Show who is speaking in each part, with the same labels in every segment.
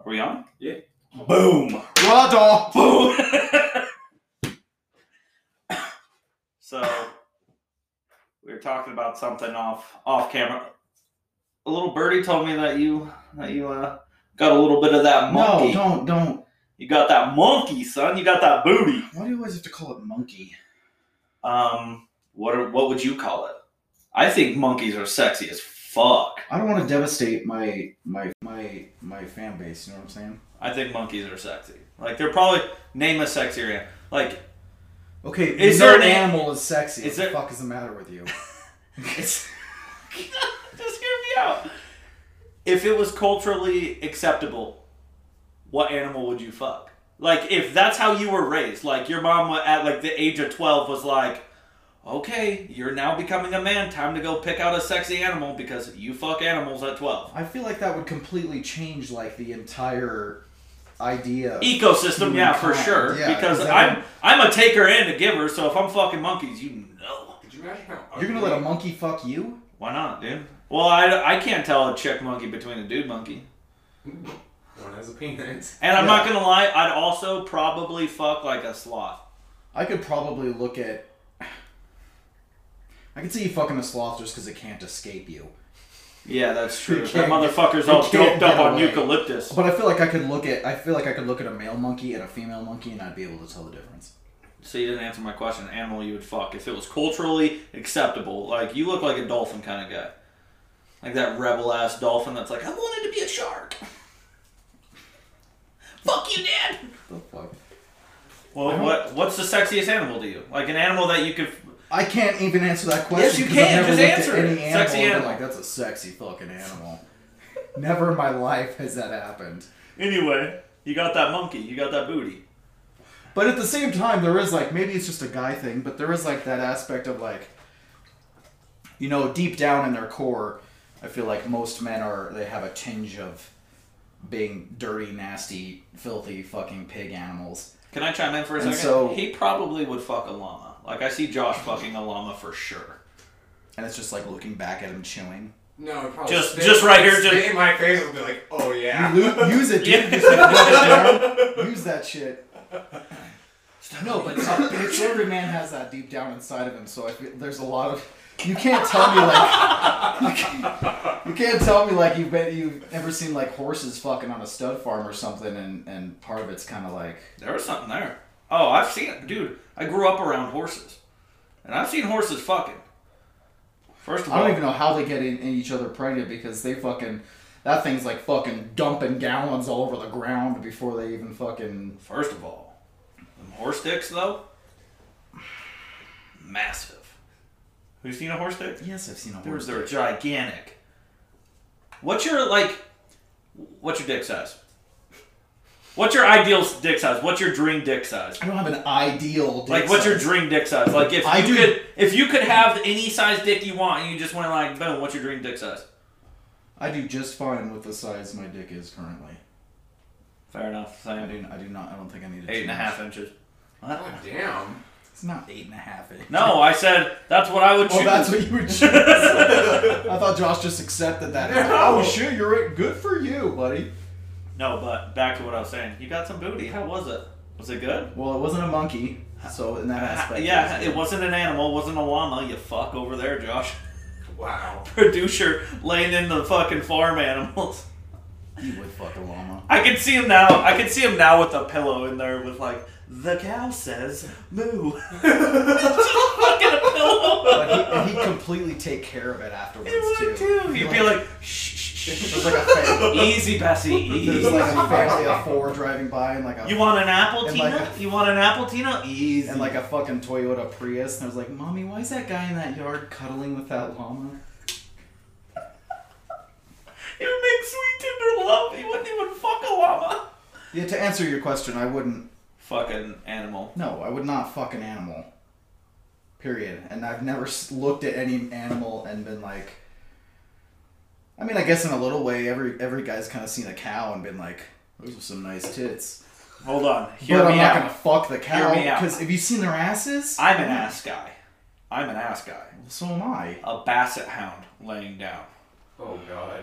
Speaker 1: Are we on?
Speaker 2: Yeah.
Speaker 1: Boom.
Speaker 3: Raw dog.
Speaker 1: Boom. so we were talking about something off off camera. A little birdie told me that you that you uh, got a little bit of that monkey.
Speaker 3: No, don't, don't.
Speaker 1: You got that monkey, son. You got that booty.
Speaker 3: Why do you always have to call it monkey?
Speaker 1: Um, what are, what would you call it? I think monkeys are sexy as fuck.
Speaker 3: I don't want to devastate my my my my fan base. You know what I'm saying?
Speaker 1: I think monkeys are sexy. Like they're probably name a sexier animal. Like
Speaker 3: Okay,
Speaker 1: Is
Speaker 3: you know
Speaker 1: there
Speaker 3: an
Speaker 1: an-
Speaker 3: animal is sexy?
Speaker 1: is
Speaker 3: what
Speaker 1: there-
Speaker 3: the fuck is the matter with you?
Speaker 1: It's just hear me out. If it was culturally acceptable, what animal would you fuck? Like if that's how you were raised, like your mom wa- at like the age of twelve was like, "Okay, you're now becoming a man. Time to go pick out a sexy animal because you fuck animals at twelve.
Speaker 3: I feel like that would completely change like the entire idea.
Speaker 1: E-
Speaker 3: of-
Speaker 1: Ecosystem, yeah, for
Speaker 3: Humankind,
Speaker 1: sure.
Speaker 3: yeah,
Speaker 1: because
Speaker 3: exactly.
Speaker 1: I'm I'm a taker and a giver. So if I'm fucking monkeys, you know,
Speaker 2: Could you imagine how
Speaker 3: You're gonna let a monkey fuck you?
Speaker 1: why not, dude? Well, I, I can't tell a chick monkey between a dude monkey.
Speaker 2: One has a penis.
Speaker 1: And I'm
Speaker 3: Yeah.
Speaker 1: not gonna lie, I'd also probably fuck like a sloth.
Speaker 3: I could probably look at. I could see you fucking a sloth just because it can't escape you.
Speaker 1: Yeah, that's
Speaker 3: true.
Speaker 1: true.
Speaker 3: You
Speaker 1: That
Speaker 3: can't get-
Speaker 1: motherfucker's
Speaker 3: you
Speaker 1: all
Speaker 3: can't
Speaker 1: doped up
Speaker 3: get
Speaker 1: on
Speaker 3: away.
Speaker 1: eucalyptus.
Speaker 3: But I feel like I could look at. I feel like I could look at a male monkey and a female monkey, and I'd be able to tell the difference.
Speaker 1: So you didn't answer my question. Animal you would fuck if it was culturally acceptable. Like you look like a dolphin kind of guy, like that rebel ass dolphin that's like, I wanted to be a shark. fuck you, Dad.
Speaker 3: The fuck. I
Speaker 1: Well,
Speaker 3: don't-
Speaker 1: what what's the sexiest animal to you? Like an animal that you could.
Speaker 3: I can't even answer that question.
Speaker 1: Yes, you
Speaker 3: 'cause I've
Speaker 1: can.
Speaker 3: never
Speaker 1: Just
Speaker 3: looked at
Speaker 1: answer it.
Speaker 3: any animal
Speaker 1: Sexy
Speaker 3: and been
Speaker 1: animal.
Speaker 3: Like that's a sexy fucking animal. never in my life has that happened.
Speaker 1: Anyway, you got that monkey. You got that booty.
Speaker 3: But at the same time, there is like maybe it's just a guy thing, but there is like that aspect of like, you know, deep down in their core, I feel like most men are they have a tinge of being dirty, nasty, filthy, fucking pig animals.
Speaker 1: Can I chime in for a
Speaker 3: And
Speaker 1: second?
Speaker 3: so-
Speaker 1: he probably would fuck a llama. Like I see Josh fucking a llama for sure.
Speaker 3: And it's just like looking back at him chewing.
Speaker 2: No, it'd probably
Speaker 1: Just-
Speaker 2: spit-
Speaker 1: just right here, just-
Speaker 2: spit in my face and be like, oh yeah.
Speaker 3: You lo- use it, dude.
Speaker 1: Yeah.
Speaker 3: Just, like, rub it down. Use that shit. No, but it's, every man has that deep down inside of him. So I feel, there's a lot of you can't tell me like you can't, you can't tell me like you've been you've never seen like horses fucking on a stud farm or something, and and part of it's kind of like
Speaker 1: There was something there. Oh, I've seen it, dude. I grew up around horses, and I've seen horses fucking. First of
Speaker 3: I
Speaker 1: all,
Speaker 3: don't even know how they get in, in each other pregnant because they fucking that thing's like fucking dumping gallons all over the ground before they even fucking
Speaker 1: first of all, them horse dicks though, massive. Who's seen a horse dick?
Speaker 3: yes I've seen a
Speaker 1: They're,
Speaker 3: horse.
Speaker 1: they're gigantic. What's your like? What's your dick size? What's your ideal dick size? What's your dream dick size?
Speaker 3: I don't have an ideal. dick
Speaker 1: Like, what's your
Speaker 3: size.
Speaker 1: dream dick size? Like, if
Speaker 3: I
Speaker 1: you
Speaker 3: do-
Speaker 1: could, if you could have any size dick you want, and you just went like, boom, what's your dream dick size?
Speaker 3: I do just fine with the size my dick is currently.
Speaker 1: Fair enough.
Speaker 3: I
Speaker 1: Same.
Speaker 3: do. I do not. I don't think I need to
Speaker 1: Eight and a
Speaker 3: change.
Speaker 1: half inches. What?
Speaker 2: God damn.
Speaker 3: It's not eight and a half. Inch.
Speaker 1: No, I said that's what I would
Speaker 3: Oh,
Speaker 1: choose.
Speaker 3: that's what you would choose. I thought Josh just accepted that. Oh,
Speaker 2: No.
Speaker 3: sure, you're right. Good for you, buddy.
Speaker 1: no, but back to what I was saying. You got some booty. How was it? Was it good?
Speaker 3: Well, it wasn't a monkey, so in that aspect,
Speaker 1: Uh, yeah,
Speaker 3: it
Speaker 1: it wasn't an animal. It wasn't a llama. You fuck over there, Josh.
Speaker 2: Wow.
Speaker 1: Producer laying in the fucking farm animals.
Speaker 3: was. You would fuck a llama.
Speaker 1: I can see him now. I can see him now with a pillow in there with like the cow says moo. Just fucking a pillow.
Speaker 3: But he, and he'd completely take care of it afterwards
Speaker 1: He would
Speaker 3: too.
Speaker 1: too. He'd be like, shh, shh, shh.
Speaker 3: there's like a fa-
Speaker 1: easy, Bessie, easy.
Speaker 3: there's like a family of four driving by and like a
Speaker 1: You want an apple,
Speaker 3: And
Speaker 1: Tina?
Speaker 3: like a-
Speaker 1: you want an apple, Tina? Easy.
Speaker 3: and like a fucking Toyota Prius, and I was like, "Mommy, why is that guy in that yard cuddling with that llama?"
Speaker 1: it would make sweet tender love. He wouldn't even fuck a llama.
Speaker 3: Yeah, to answer your question, I wouldn't.
Speaker 1: Fucking animal.
Speaker 3: No, I would not fuck an animal. Period. And I've never s- looked at any animal and been like. I mean, I guess in a little way, every every guy's kind of seen a cow and been like, "Those are some nice tits."
Speaker 1: Hold on. Hear
Speaker 3: but
Speaker 1: me
Speaker 3: I'm
Speaker 1: out.
Speaker 3: not gonna fuck the cow
Speaker 1: me out.
Speaker 3: because have you seen their asses?
Speaker 1: I'm an ass guy. I'm an ass guy.
Speaker 3: So am I.
Speaker 1: A basset hound laying down.
Speaker 2: Oh god.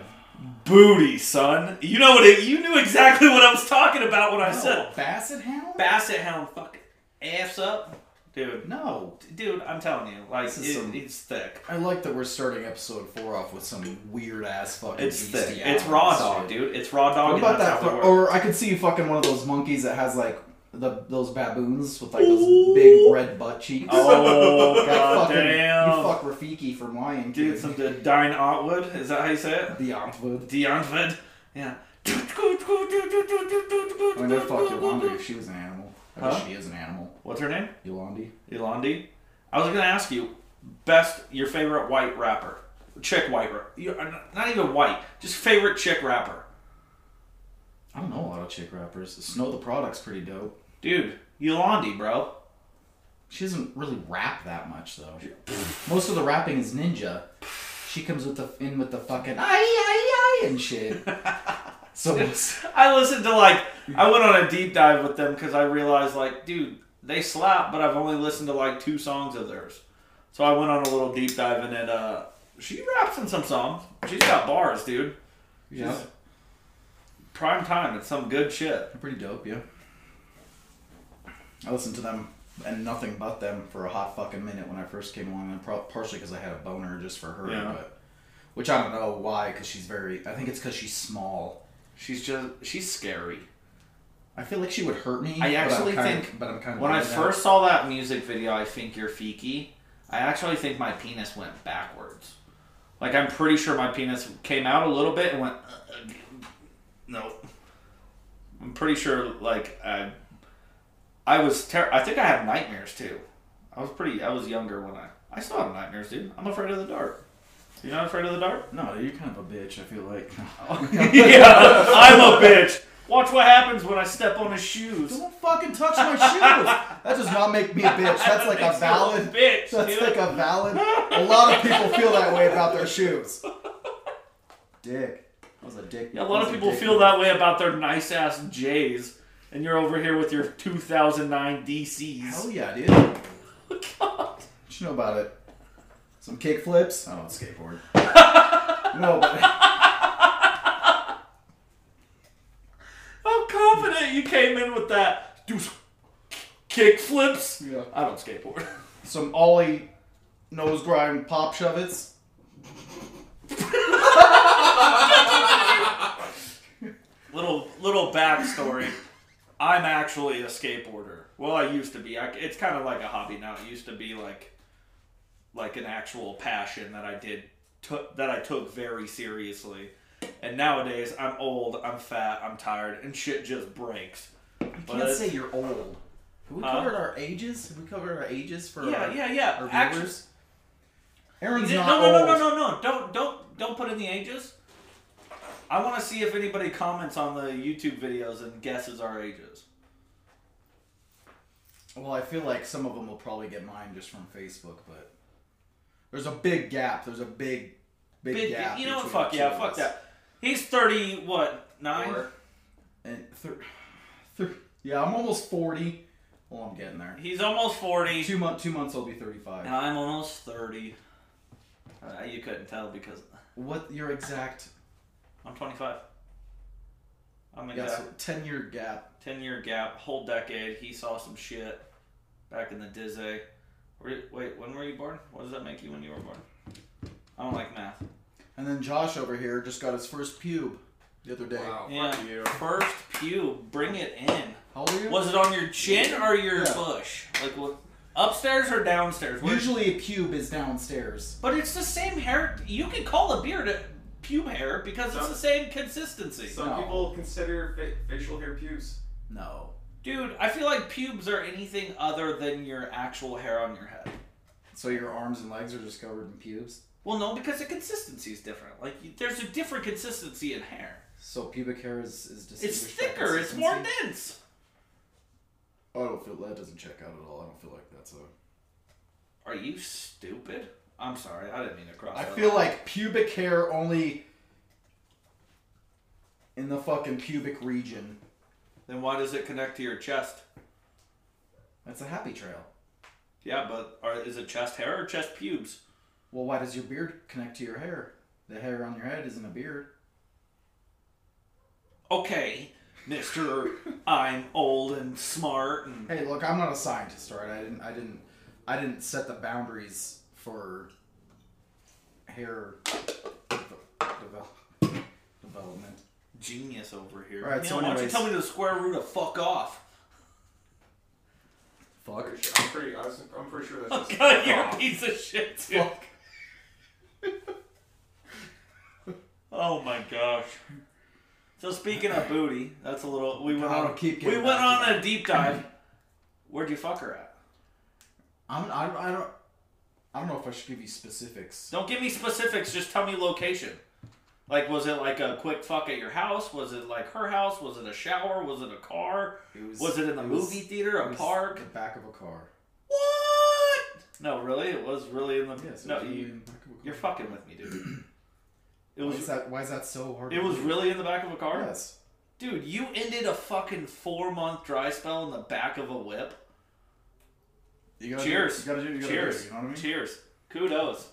Speaker 1: booty, son. You know what? It, you knew exactly what I was talking about when I said
Speaker 3: No, Basset Hound?
Speaker 1: basset hound fucking ass up, dude.
Speaker 3: no.
Speaker 1: Dude, I'm telling you, like
Speaker 3: This is
Speaker 1: it-
Speaker 3: some-
Speaker 1: it's thick.
Speaker 3: I like that we're starting episode four off with some weird ass fucking.
Speaker 1: It's thick.
Speaker 3: bestiality
Speaker 1: It's raw
Speaker 3: shit.
Speaker 1: dog, dude. It's raw dog.
Speaker 3: What about
Speaker 1: and that's
Speaker 3: that?
Speaker 1: how it
Speaker 3: fu-
Speaker 1: works.
Speaker 3: or I could see fucking one of those monkeys that has like the those baboons with like those big red butt cheeks.
Speaker 1: Oh
Speaker 3: Like,
Speaker 1: god
Speaker 3: fucking-
Speaker 1: damn,
Speaker 3: You fuck Rafiki from Lion King.
Speaker 1: dude! Some d- Dine Otwood. Is that how you say it?
Speaker 3: the Antwood.
Speaker 1: Deonvid. Yeah.
Speaker 3: I mean, I fuck Yolandi if she was an animal. I guess
Speaker 1: Huh?
Speaker 3: she is an animal.
Speaker 1: What's her name?
Speaker 3: Yolandi.
Speaker 1: Yolandi. I was gonna ask you, best your favorite white rapper, chick white rapper. You're, uh, not even white, just favorite chick rapper.
Speaker 3: I don't know a lot of chick rappers. Snow the Product's pretty dope.
Speaker 1: Dude, Yolandi, bro.
Speaker 3: She doesn't really rap that much though. Most of the rapping is Ninja. She comes with the in with the fucking ay ay ay and shit. So it's-
Speaker 1: I listened to like I went on a deep dive with them because I realized like, dude, they slap, but I've only listened to like two songs of theirs. So I went on a little deep dive and then uh, she raps in some songs. She's got bars, dude.
Speaker 3: yeah,
Speaker 1: Prime time. It's some good shit.
Speaker 3: they're pretty dope. Yeah, I listened to them and nothing but them for a hot fucking minute when I first came along, and pro- partially because I had a boner just for her,
Speaker 1: Yeah.
Speaker 3: but which I don't know why because she's very. I think it's because she's small.
Speaker 1: She's just she's scary.
Speaker 3: I feel like she would hurt me.
Speaker 1: I
Speaker 3: but I'm
Speaker 1: actually
Speaker 3: kinda-
Speaker 1: think
Speaker 3: but I'm kind of
Speaker 1: When I first saw that music video, I think you're Fiki. I actually think my penis went backwards. Like I'm pretty sure my penis came out a little bit and went. Uh, no. I'm pretty sure. Like I, I was. Ter- I think I had nightmares too. I was pretty. I was younger when I. I still have nightmares, dude. I'm afraid of the dark. You're not afraid of the dark?
Speaker 3: No, you're kind of a bitch. I feel like.
Speaker 1: yeah, I'm a bitch. Watch what happens when I step on his shoes.
Speaker 3: Don't fucking touch my shoes. That does not make me a bitch. That's like a
Speaker 1: Makes you a little
Speaker 3: valid.
Speaker 1: bitch,
Speaker 3: That's
Speaker 1: dude.
Speaker 3: like a valid. A lot of people feel that way about their shoes. Dick. That was a dick.
Speaker 1: Yeah, a lot
Speaker 3: that
Speaker 1: of
Speaker 3: was
Speaker 1: people
Speaker 3: dick
Speaker 1: feel
Speaker 3: move.
Speaker 1: that way about their nice ass J's, and you're over here with your 2009 DCs.
Speaker 3: Hell yeah, dude. What
Speaker 1: God.
Speaker 3: you know about it? Some kick flips. I don't skateboard. no, but
Speaker 1: How confident you came in with that. Do s- kick flips.
Speaker 3: yeah.
Speaker 1: I don't skateboard.
Speaker 3: some ollie nose grind pop shovets.
Speaker 1: little little backstory. I'm actually a skateboarder. Well, I used to be. I, it's kind of like a hobby now. It used to be like like an actual passion that I did took that I took very seriously. And nowadays, I'm old, I'm fat, I'm tired, and shit just breaks.
Speaker 3: You
Speaker 1: But it's-
Speaker 3: you're old. Have we
Speaker 1: Huh?
Speaker 3: covered our ages? Have we covered our ages for
Speaker 1: Yeah,
Speaker 3: our,
Speaker 1: yeah, yeah.
Speaker 3: our
Speaker 1: Actu-
Speaker 3: viewers? Aaron's
Speaker 1: no,
Speaker 3: not
Speaker 1: no, no,
Speaker 3: old.
Speaker 1: no, no, no. Don't, don't, don't put in the ages. I want to see if anybody comments on the YouTube videos and guesses our ages.
Speaker 3: Well, I feel like some of them will probably get mine just from Facebook, but there's a big gap. There's a big, big,
Speaker 1: Big,
Speaker 3: gap.
Speaker 1: you know what?
Speaker 3: between
Speaker 1: Fuck
Speaker 3: the two
Speaker 1: yeah,
Speaker 3: of
Speaker 1: fuck
Speaker 3: us.
Speaker 1: that. He's thirty, what nine?
Speaker 2: Four.
Speaker 3: And thir- thir- yeah, I'm almost forty. Well, I'm getting there.
Speaker 1: He's almost forty,
Speaker 3: Two month, two months, I'll be thirty-five.
Speaker 1: and I'm almost thirty. Uh, you couldn't tell because
Speaker 3: what your exact?
Speaker 1: I'm twenty-five. I'm uh, a
Speaker 3: Yeah,
Speaker 1: gap,
Speaker 3: so ten-year gap.
Speaker 1: ten-year gap, whole decade. He saw some shit back in the dizzy. Were you- Wait, when were you born? What does that make you when you were born? I don't like math.
Speaker 3: And then Josh over here just got his first pube the other day.
Speaker 2: Wow.
Speaker 1: Yeah.
Speaker 2: Fuck you.
Speaker 1: First pew, bring it in.
Speaker 3: How old are you?
Speaker 1: Was it on your chin or your
Speaker 3: Yeah.
Speaker 1: bush? Like what? Upstairs or downstairs? Where-
Speaker 3: Usually a pube is downstairs.
Speaker 1: but it's the same hair. You can call a beard a pube hair because it's the same consistency.
Speaker 2: Some
Speaker 3: No.
Speaker 2: people consider fa- facial hair pubes.
Speaker 3: No,
Speaker 1: Dude, I feel like pubes are anything other than your actual hair on your head.
Speaker 3: so your arms and legs are just covered in pubes.
Speaker 1: Well, no, because the consistency is different. Like you, there's a different consistency in hair.
Speaker 3: So pubic hair is is
Speaker 1: It's
Speaker 3: distinguished by
Speaker 1: thicker. It's more
Speaker 3: consistency?
Speaker 1: dense.
Speaker 3: I don't feel that doesn't check out at all. I don't feel like that's a.
Speaker 1: Are you stupid? I'm sorry. I didn't mean to cross.
Speaker 3: I
Speaker 1: that
Speaker 3: feel
Speaker 1: line.
Speaker 3: like pubic hair only in the fucking pubic region.
Speaker 1: Then why does it connect to your chest?
Speaker 3: That's a happy trail.
Speaker 1: Yeah, but are, is it chest hair or chest pubes?
Speaker 3: Well, why does your beard connect to your hair? The hair on your head isn't a beard.
Speaker 1: okay, Mister, I'm old and smart and
Speaker 3: Hey, look, I'm not a scientist, all right? I didn't, I didn't, I didn't set the boundaries for hair develop, development.
Speaker 1: genius over here.
Speaker 3: All right,
Speaker 1: Man,
Speaker 3: so
Speaker 1: why don't you
Speaker 3: anyways-
Speaker 1: tell me the square root of fuck off?
Speaker 3: Fuck.
Speaker 2: Pretty sure- I'm pretty, I was, I'm pretty sure that's just
Speaker 1: Oh, God, you're a piece of shit too.
Speaker 3: Oh. Fuck.
Speaker 1: Oh my gosh. So speaking of booty, that's a little. We went
Speaker 3: God,
Speaker 1: on.
Speaker 3: keep
Speaker 1: we
Speaker 3: getting
Speaker 1: went
Speaker 3: back to
Speaker 1: on a deep dive. Where'd you fuck her at?
Speaker 3: I'm, I, I don't, I don't know if I should give you specifics.
Speaker 1: Don't give me specifics. Just tell me location. Like, was it like a quick fuck at your house? Was it like her house? Was it a shower? Was it a car?
Speaker 3: It was,
Speaker 1: Was it in the
Speaker 3: was-
Speaker 1: movie theater?
Speaker 3: it
Speaker 1: A
Speaker 3: was
Speaker 1: park?
Speaker 3: The back of a car.
Speaker 1: What? No, really, it was really in the.
Speaker 3: Yes. it
Speaker 1: no,
Speaker 3: was in
Speaker 1: you,
Speaker 3: the back of a car.
Speaker 1: you're fucking with me, dude. It
Speaker 3: Why
Speaker 1: was.
Speaker 3: is that? Why is that so hard?
Speaker 1: It
Speaker 3: to
Speaker 1: was
Speaker 3: do?
Speaker 1: really in the back of a car.
Speaker 3: Yes.
Speaker 1: Dude, you ended a fucking four month dry spell in the back of a whip.
Speaker 3: You gotta
Speaker 1: Cheers.
Speaker 3: Do, you gotta do. You gotta
Speaker 1: Cheers.
Speaker 3: Do, you know what I mean?
Speaker 1: Cheers. Kudos.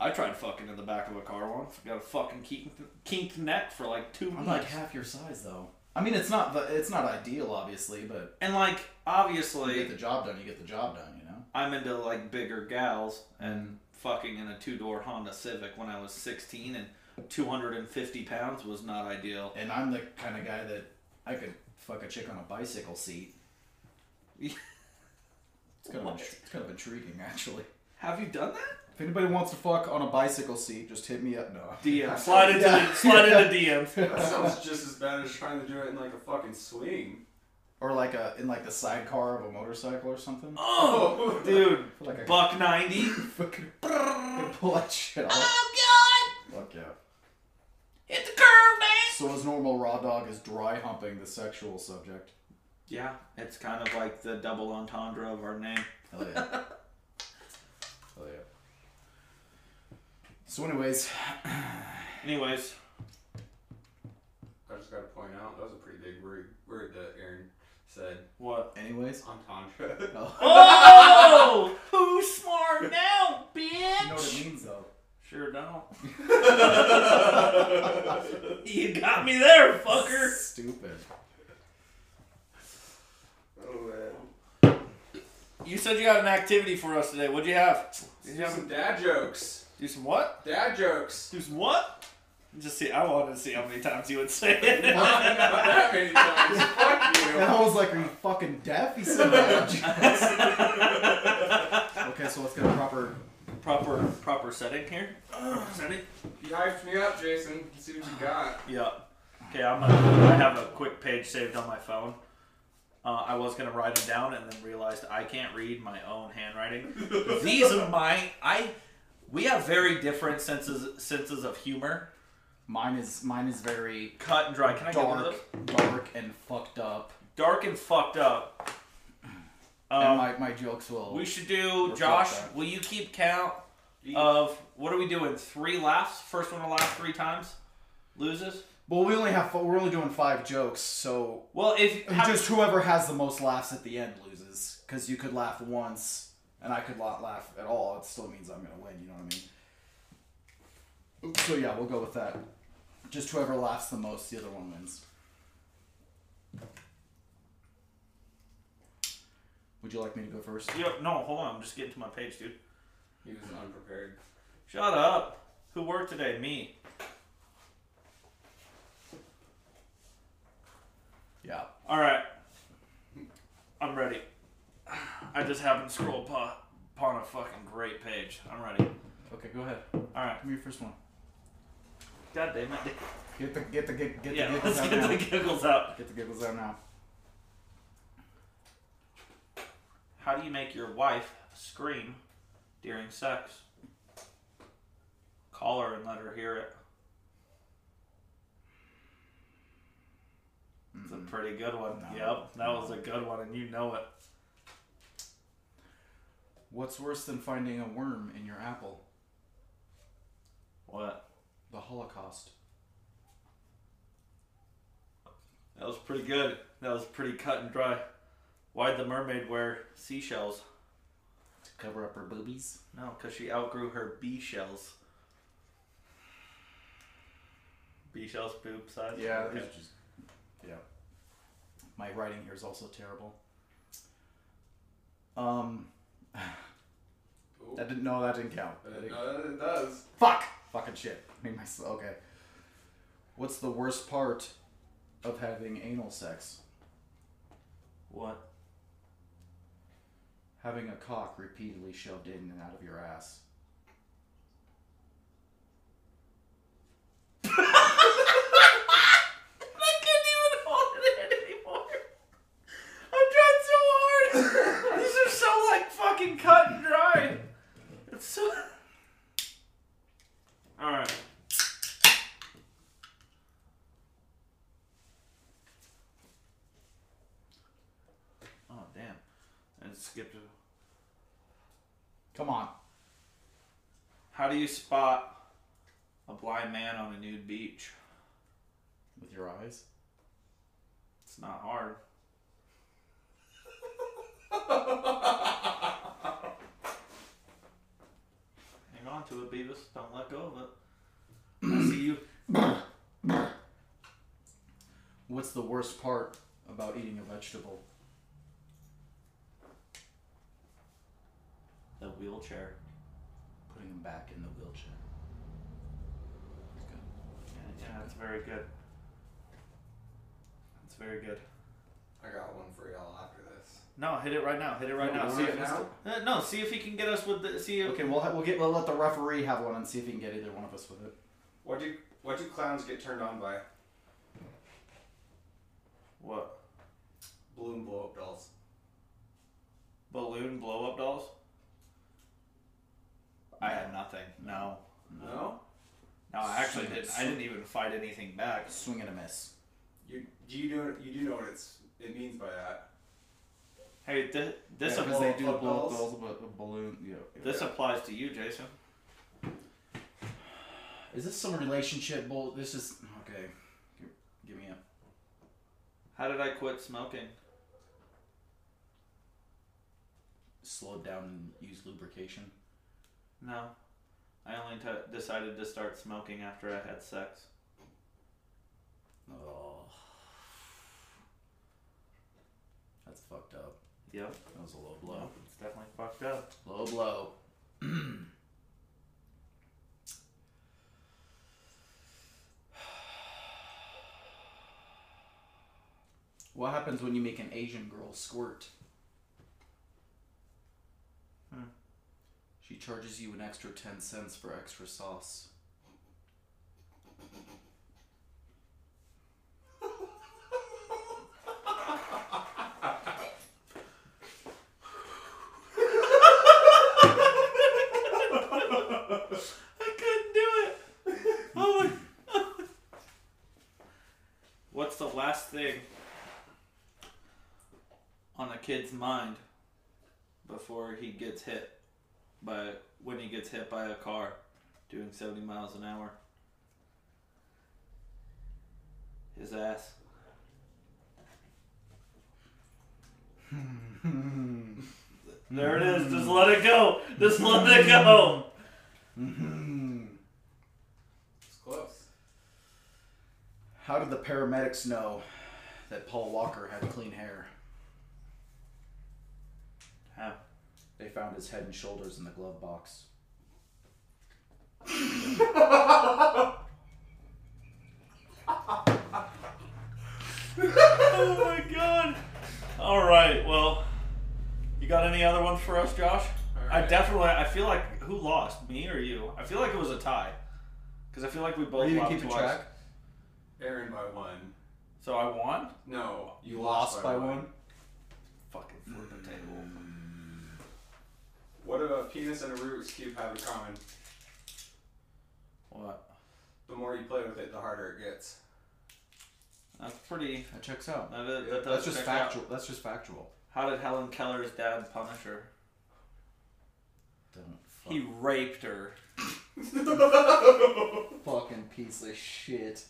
Speaker 1: I tried fucking in the back of a car once. Got a fucking kinked, kinked neck for like 2
Speaker 3: I'm
Speaker 1: months.
Speaker 3: like half your size though. I mean, it's not the, it's not ideal, obviously, but
Speaker 1: and like,
Speaker 3: you get
Speaker 1: obviously,
Speaker 3: the job done. You get the job done. You know.
Speaker 1: I'm into like bigger gals
Speaker 3: And
Speaker 1: fucking in a two door Honda Civic when I was 16 and 250 pounds was not ideal.
Speaker 3: and I'm the kind of guy that I could fuck a chick on a bicycle seat. it's kind of
Speaker 1: What?
Speaker 3: it's kind of intriguing, actually.
Speaker 1: Have you done that?
Speaker 3: If anybody wants to fuck on a bicycle seat, just hit me up. No.
Speaker 1: DM. Slide into,
Speaker 3: Yeah.
Speaker 1: the, slide into DMs.
Speaker 2: that sounds just as bad as trying to do it in like a fucking swing.
Speaker 3: or like a in like the sidecar of a motorcycle or something.
Speaker 1: Oh, dude.
Speaker 3: I feel like I
Speaker 1: Buck 90.
Speaker 3: could fucking pull that shit off.
Speaker 1: Oh, God.
Speaker 3: Fuck yeah.
Speaker 1: Hit the curve, man.
Speaker 3: So as normal, raw dog is dry humping the sexual subject.
Speaker 1: Yeah, it's kind of like the double entendre of our name.
Speaker 3: Hell yeah. Hell yeah. So, anyways,
Speaker 1: Anyways,
Speaker 2: I just gotta point out that was a pretty big word, word that Aaron said.
Speaker 1: what?
Speaker 3: anyways.
Speaker 2: Entendre.
Speaker 3: Oh.
Speaker 1: Oh, who's smart now,
Speaker 3: You know what
Speaker 1: bitch?
Speaker 3: it means though.
Speaker 1: Sure don't. you got me there, fucker.
Speaker 3: Stupid.
Speaker 2: oh man.
Speaker 1: You said you had an activity for us today. What'd you have? Did you
Speaker 2: Do
Speaker 1: have
Speaker 2: some dad jokes.
Speaker 1: do some what?
Speaker 2: Dad jokes.
Speaker 1: Do some what? Just see. I wanted to see how many times you would say it.
Speaker 2: Not that many times. Fuck you.
Speaker 3: And I was like, "Are you fucking deaf?" He said, "No." "Okay, so let's get a proper."
Speaker 1: proper, proper setting here. Proper setting.
Speaker 2: You hyped me up, Jason. Let's see what you got.
Speaker 1: Yeah. Okay, I'm gonna, I have a quick page saved on my phone. Uh, I was gonna write it down and then realized I can't read my own handwriting. These are my I. We have very different senses senses of humor.
Speaker 3: Mine is mine is very
Speaker 1: Cut and dry. Can I get one of
Speaker 3: dark,
Speaker 1: those?
Speaker 3: dark and fucked up.
Speaker 1: Dark and fucked up.
Speaker 3: and
Speaker 1: Um,
Speaker 3: my, my jokes will.
Speaker 1: we should do.
Speaker 3: Reflect
Speaker 1: Josh,
Speaker 3: that.
Speaker 1: will you keep count of what are we doing? Three laughs. First one to laugh three times loses.
Speaker 3: well, we only have fo- we're only doing five jokes, so
Speaker 1: Well, if how-
Speaker 3: just whoever has the most laughs at the end loses. Because you could laugh once, and I could not laugh at all. It still means I'm gonna win. You know what I mean? So yeah, we'll go with that. Just whoever laughs the most, the other one wins. Would you like me to go first?
Speaker 1: Yo, no, hold on. I'm just getting to my page, dude.
Speaker 2: He was unprepared.
Speaker 1: Shut up. Who worked today? Me.
Speaker 3: Yeah.
Speaker 1: All right. I'm ready. I just happened to scroll pa- upon a fucking great page. I'm ready.
Speaker 3: Okay, go ahead.
Speaker 1: All right.
Speaker 3: Give me your first one.
Speaker 1: God damn it.
Speaker 3: Get the get the get, get
Speaker 1: Yeah,
Speaker 3: the giggles
Speaker 1: let's
Speaker 3: out
Speaker 1: get
Speaker 3: now.
Speaker 1: the giggles out.
Speaker 3: Get the giggles out now.
Speaker 1: How do you make your wife scream during sex? Call her and let her hear it. It's a pretty good one.
Speaker 3: No.
Speaker 1: Yep, that was a good one, and you know it.
Speaker 3: What's worse than finding a worm in your apple?
Speaker 1: What?
Speaker 3: The Holocaust.
Speaker 1: That was pretty good. That was pretty cut and dry. Why'd the mermaid wear seashells?
Speaker 3: To cover up her boobies.
Speaker 1: No, because she outgrew her bee shells. Bee shells, boob size?
Speaker 3: Yeah,
Speaker 1: Okay.
Speaker 3: it's just Yeah. My writing here is also terrible. Um,
Speaker 2: Ooh.
Speaker 3: that didn't. No, that didn't count.
Speaker 2: Uh,
Speaker 3: That didn't-
Speaker 2: no, it does.
Speaker 3: Fuck. Fucking shit. Made myself okay. What's the worst part of having anal sex?
Speaker 1: What?
Speaker 3: Having a cock repeatedly shoved in and out of your ass.
Speaker 1: I can't even hold it anymore. I'm trying so hard. These are so like fucking cut and dried. It's so. All right. Oh damn! I just skipped. A...
Speaker 3: Come on.
Speaker 1: How do you spot a blind man on a nude beach?
Speaker 3: With your eyes.
Speaker 1: It's not hard. Hang on to it, Beavis. Don't let go of it. I see you.
Speaker 3: What's the worst part about eating a vegetable?
Speaker 1: The wheelchair.
Speaker 3: Putting them back in the wheelchair. That's good.
Speaker 1: Yeah, that's very good. That's very good.
Speaker 2: I got one for y'all after this.
Speaker 1: No, hit it right now. Hit it right
Speaker 2: You
Speaker 1: now.
Speaker 2: want
Speaker 1: See
Speaker 2: it
Speaker 1: if it's-
Speaker 2: now?
Speaker 1: Uh, no, see if he can get us with the. See if.
Speaker 3: Okay, we'll ha- we'll get we'll let the referee have one and see if he can get either one of us with it.
Speaker 2: What do what do clowns get turned on by?
Speaker 1: What?
Speaker 2: Balloon blow up dolls.
Speaker 1: Balloon blow up dolls? I had nothing. No.
Speaker 2: No.
Speaker 1: No, I actually didn't. I didn't even fight anything back.
Speaker 3: Swing and a miss.
Speaker 2: You do you know you do know what it's it means by that?
Speaker 1: Hey, th- this
Speaker 3: Yeah,
Speaker 1: a
Speaker 2: because
Speaker 1: blow-
Speaker 2: they do blow up
Speaker 3: balls, but a balloon. Yeah.
Speaker 1: This applies to you, Jason.
Speaker 3: Is this some relationship bull? This is okay. Give, give me a.
Speaker 1: How did I quit smoking?
Speaker 3: Slow down and use lubrication.
Speaker 1: No. I only t- decided to start smoking after I had sex.
Speaker 3: Oh. That's fucked up.
Speaker 1: Yep.
Speaker 3: That was a low
Speaker 1: Well,
Speaker 3: blow.
Speaker 1: it's definitely fucked up.
Speaker 3: Low blow. what happens when you make an Asian girl squirt?
Speaker 1: Hmm.
Speaker 3: She charges you an extra 10 cents for extra sauce.
Speaker 1: I couldn't do it. Oh my. What's the last thing on a kid's mind before he gets hit by when he gets hit by a car doing 70 miles an hour? His ass. There it is. Just let it go. Just let it go.
Speaker 2: It's close.
Speaker 3: How did the paramedics know that Paul Walker had clean hair?
Speaker 1: How?
Speaker 3: They found his head and shoulders in the glove box.
Speaker 1: Oh my god. All right. Well, you got any other ones for us, Josh?
Speaker 2: All
Speaker 1: I
Speaker 2: right.
Speaker 1: definitely. I feel like who lost, me or you? I feel like it was a tie, because I feel like we both lost twice.
Speaker 2: Aaron by one.
Speaker 1: So I won.
Speaker 2: No, you,
Speaker 3: Lost by one.
Speaker 1: Fucking flip the table.
Speaker 2: What do a penis and a Rubik's cube have in common?
Speaker 1: What?
Speaker 2: The more you play with it, the harder it gets.
Speaker 1: That's pretty.
Speaker 3: That checks out.
Speaker 1: That, that
Speaker 2: Yeah,
Speaker 1: does
Speaker 3: That's just
Speaker 1: check out.
Speaker 3: factual. That's just factual.
Speaker 1: How did Helen Keller's dad punish her?
Speaker 3: Don't
Speaker 1: He raped her.
Speaker 3: fucking piece of shit.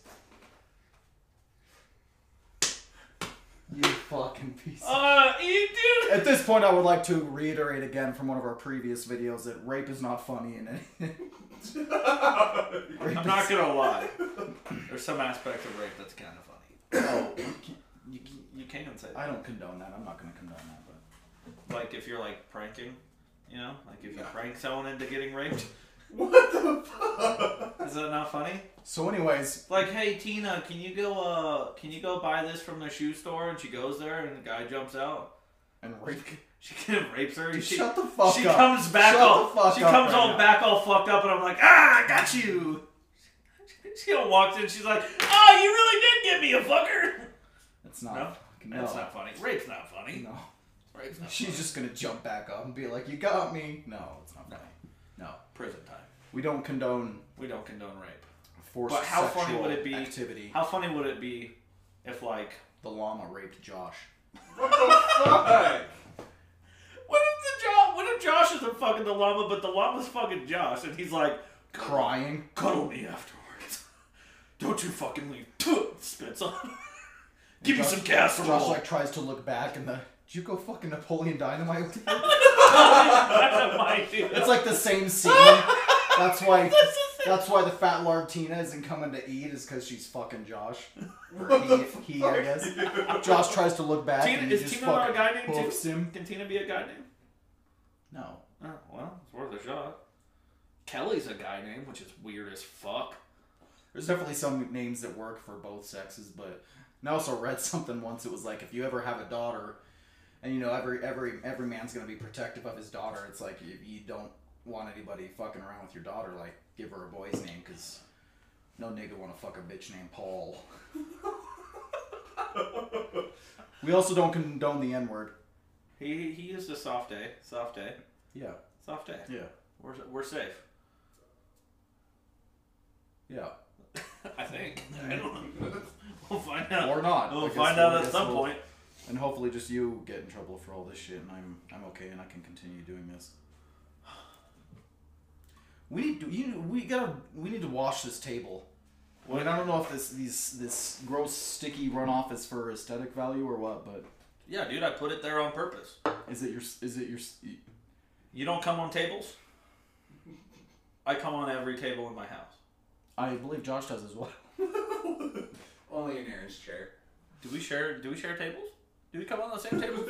Speaker 3: You fucking piece. Of-
Speaker 1: Uh, you did.
Speaker 3: At this point, I would like to reiterate again from one of our previous videos that rape is not funny in any. rape
Speaker 1: I'm not gonna lie. There's some aspects of rape that's kind of funny.
Speaker 3: is- oh,
Speaker 2: it.
Speaker 3: I don't condone that. I'm not going to condone that. But
Speaker 1: Like if you're like pranking, you know, like if you
Speaker 2: Yeah.
Speaker 1: prank someone into getting raped,
Speaker 2: What the fuck?
Speaker 1: is that not funny?
Speaker 3: so, anyways,
Speaker 1: It's like, hey Tina, can you go? Uh, can you go buy this from the shoe store? And she goes there, and the guy jumps out.
Speaker 3: and rape.
Speaker 1: She kind of rapes her. and
Speaker 3: Dude,
Speaker 1: she
Speaker 3: shut the fuck
Speaker 1: she
Speaker 3: up.
Speaker 1: comes back
Speaker 3: Shut
Speaker 1: all.
Speaker 3: the fuck
Speaker 1: she
Speaker 3: up
Speaker 1: comes
Speaker 3: right
Speaker 1: all
Speaker 3: now.
Speaker 1: back all fucked up, and I'm like, ah, I got you. She walks in. She's like, oh, you really did get me, you fucker.
Speaker 3: It's not.
Speaker 1: No?
Speaker 3: no.
Speaker 1: That's not funny. Rape's not funny.
Speaker 3: No.
Speaker 1: Rape's not.
Speaker 3: She's
Speaker 1: funny.
Speaker 3: just gonna jump back up and be like, "You got me." No, it's not funny. No,
Speaker 1: prison time.
Speaker 3: we don't condone
Speaker 1: We don't condone rape.
Speaker 3: forced
Speaker 1: But how
Speaker 3: sexual
Speaker 1: funny would it be-
Speaker 3: activity.
Speaker 1: How funny would it be if like
Speaker 3: the llama raped Josh.
Speaker 2: What the fuck?
Speaker 1: what if the Josh what if Josh isn't fucking the llama but the llama's fucking Josh and he's like
Speaker 3: Crying.
Speaker 1: cuddle me afterwards. Don't you fucking leave. Spits on. him. Give me
Speaker 3: Josh-
Speaker 1: some casserole.
Speaker 3: Josh like tries to look back and the. Did you go fucking Napoleon Dynamite? with him?"
Speaker 1: My dude.
Speaker 3: it's like the same scene. That's
Speaker 1: That's the
Speaker 3: why.
Speaker 1: same-
Speaker 3: That's why the fat lard Tina isn't coming to eat is because she's fucking Josh. Or
Speaker 2: What the
Speaker 3: he, he, I guess. Josh tries to look back
Speaker 1: Tina,
Speaker 3: and he
Speaker 1: is
Speaker 3: just
Speaker 1: Tina not a
Speaker 3: fucking
Speaker 1: guy named
Speaker 3: hoofs
Speaker 1: Tina?
Speaker 3: him.
Speaker 1: Can Tina be a guy name?
Speaker 3: No,
Speaker 1: Oh, well, it's worth a shot. Kelly's a guy name, which is weird as fuck.
Speaker 3: There's definitely some names that work for both sexes, but and I also read something once. It was like if you ever have a daughter, and you know every every every man's gonna be protective of his daughter. It's like if you don't want anybody fucking around with your daughter, like give her a boy's name because no nigga want to fuck a bitch named Paul. we also don't condone the N word.
Speaker 1: He he is a soft day. Soft day.
Speaker 3: Yeah,
Speaker 1: Soft day.
Speaker 3: yeah,
Speaker 1: We're, we're safe.
Speaker 3: yeah,
Speaker 1: I think. I don't know. We'll find out.
Speaker 3: or not.
Speaker 1: we'll
Speaker 3: because
Speaker 1: find out
Speaker 3: I
Speaker 1: at
Speaker 3: guess
Speaker 1: some
Speaker 3: we'll-
Speaker 1: point.
Speaker 3: And hopefully, just you get in trouble for all this shit, and I'm I'm okay, and I can continue doing this. We need to, you we gotta we need to wash this table. Well, I don't know if this these this gross sticky runoff is for aesthetic value or what, but
Speaker 1: Yeah, dude, I put it there on purpose.
Speaker 3: is it your s- is it your s- y-
Speaker 1: You don't come on tables? I come on every table in my house.
Speaker 3: I believe Josh does as well.
Speaker 2: Only in Aaron's chair.
Speaker 1: Do we share do we share tables? Do we come on the same table?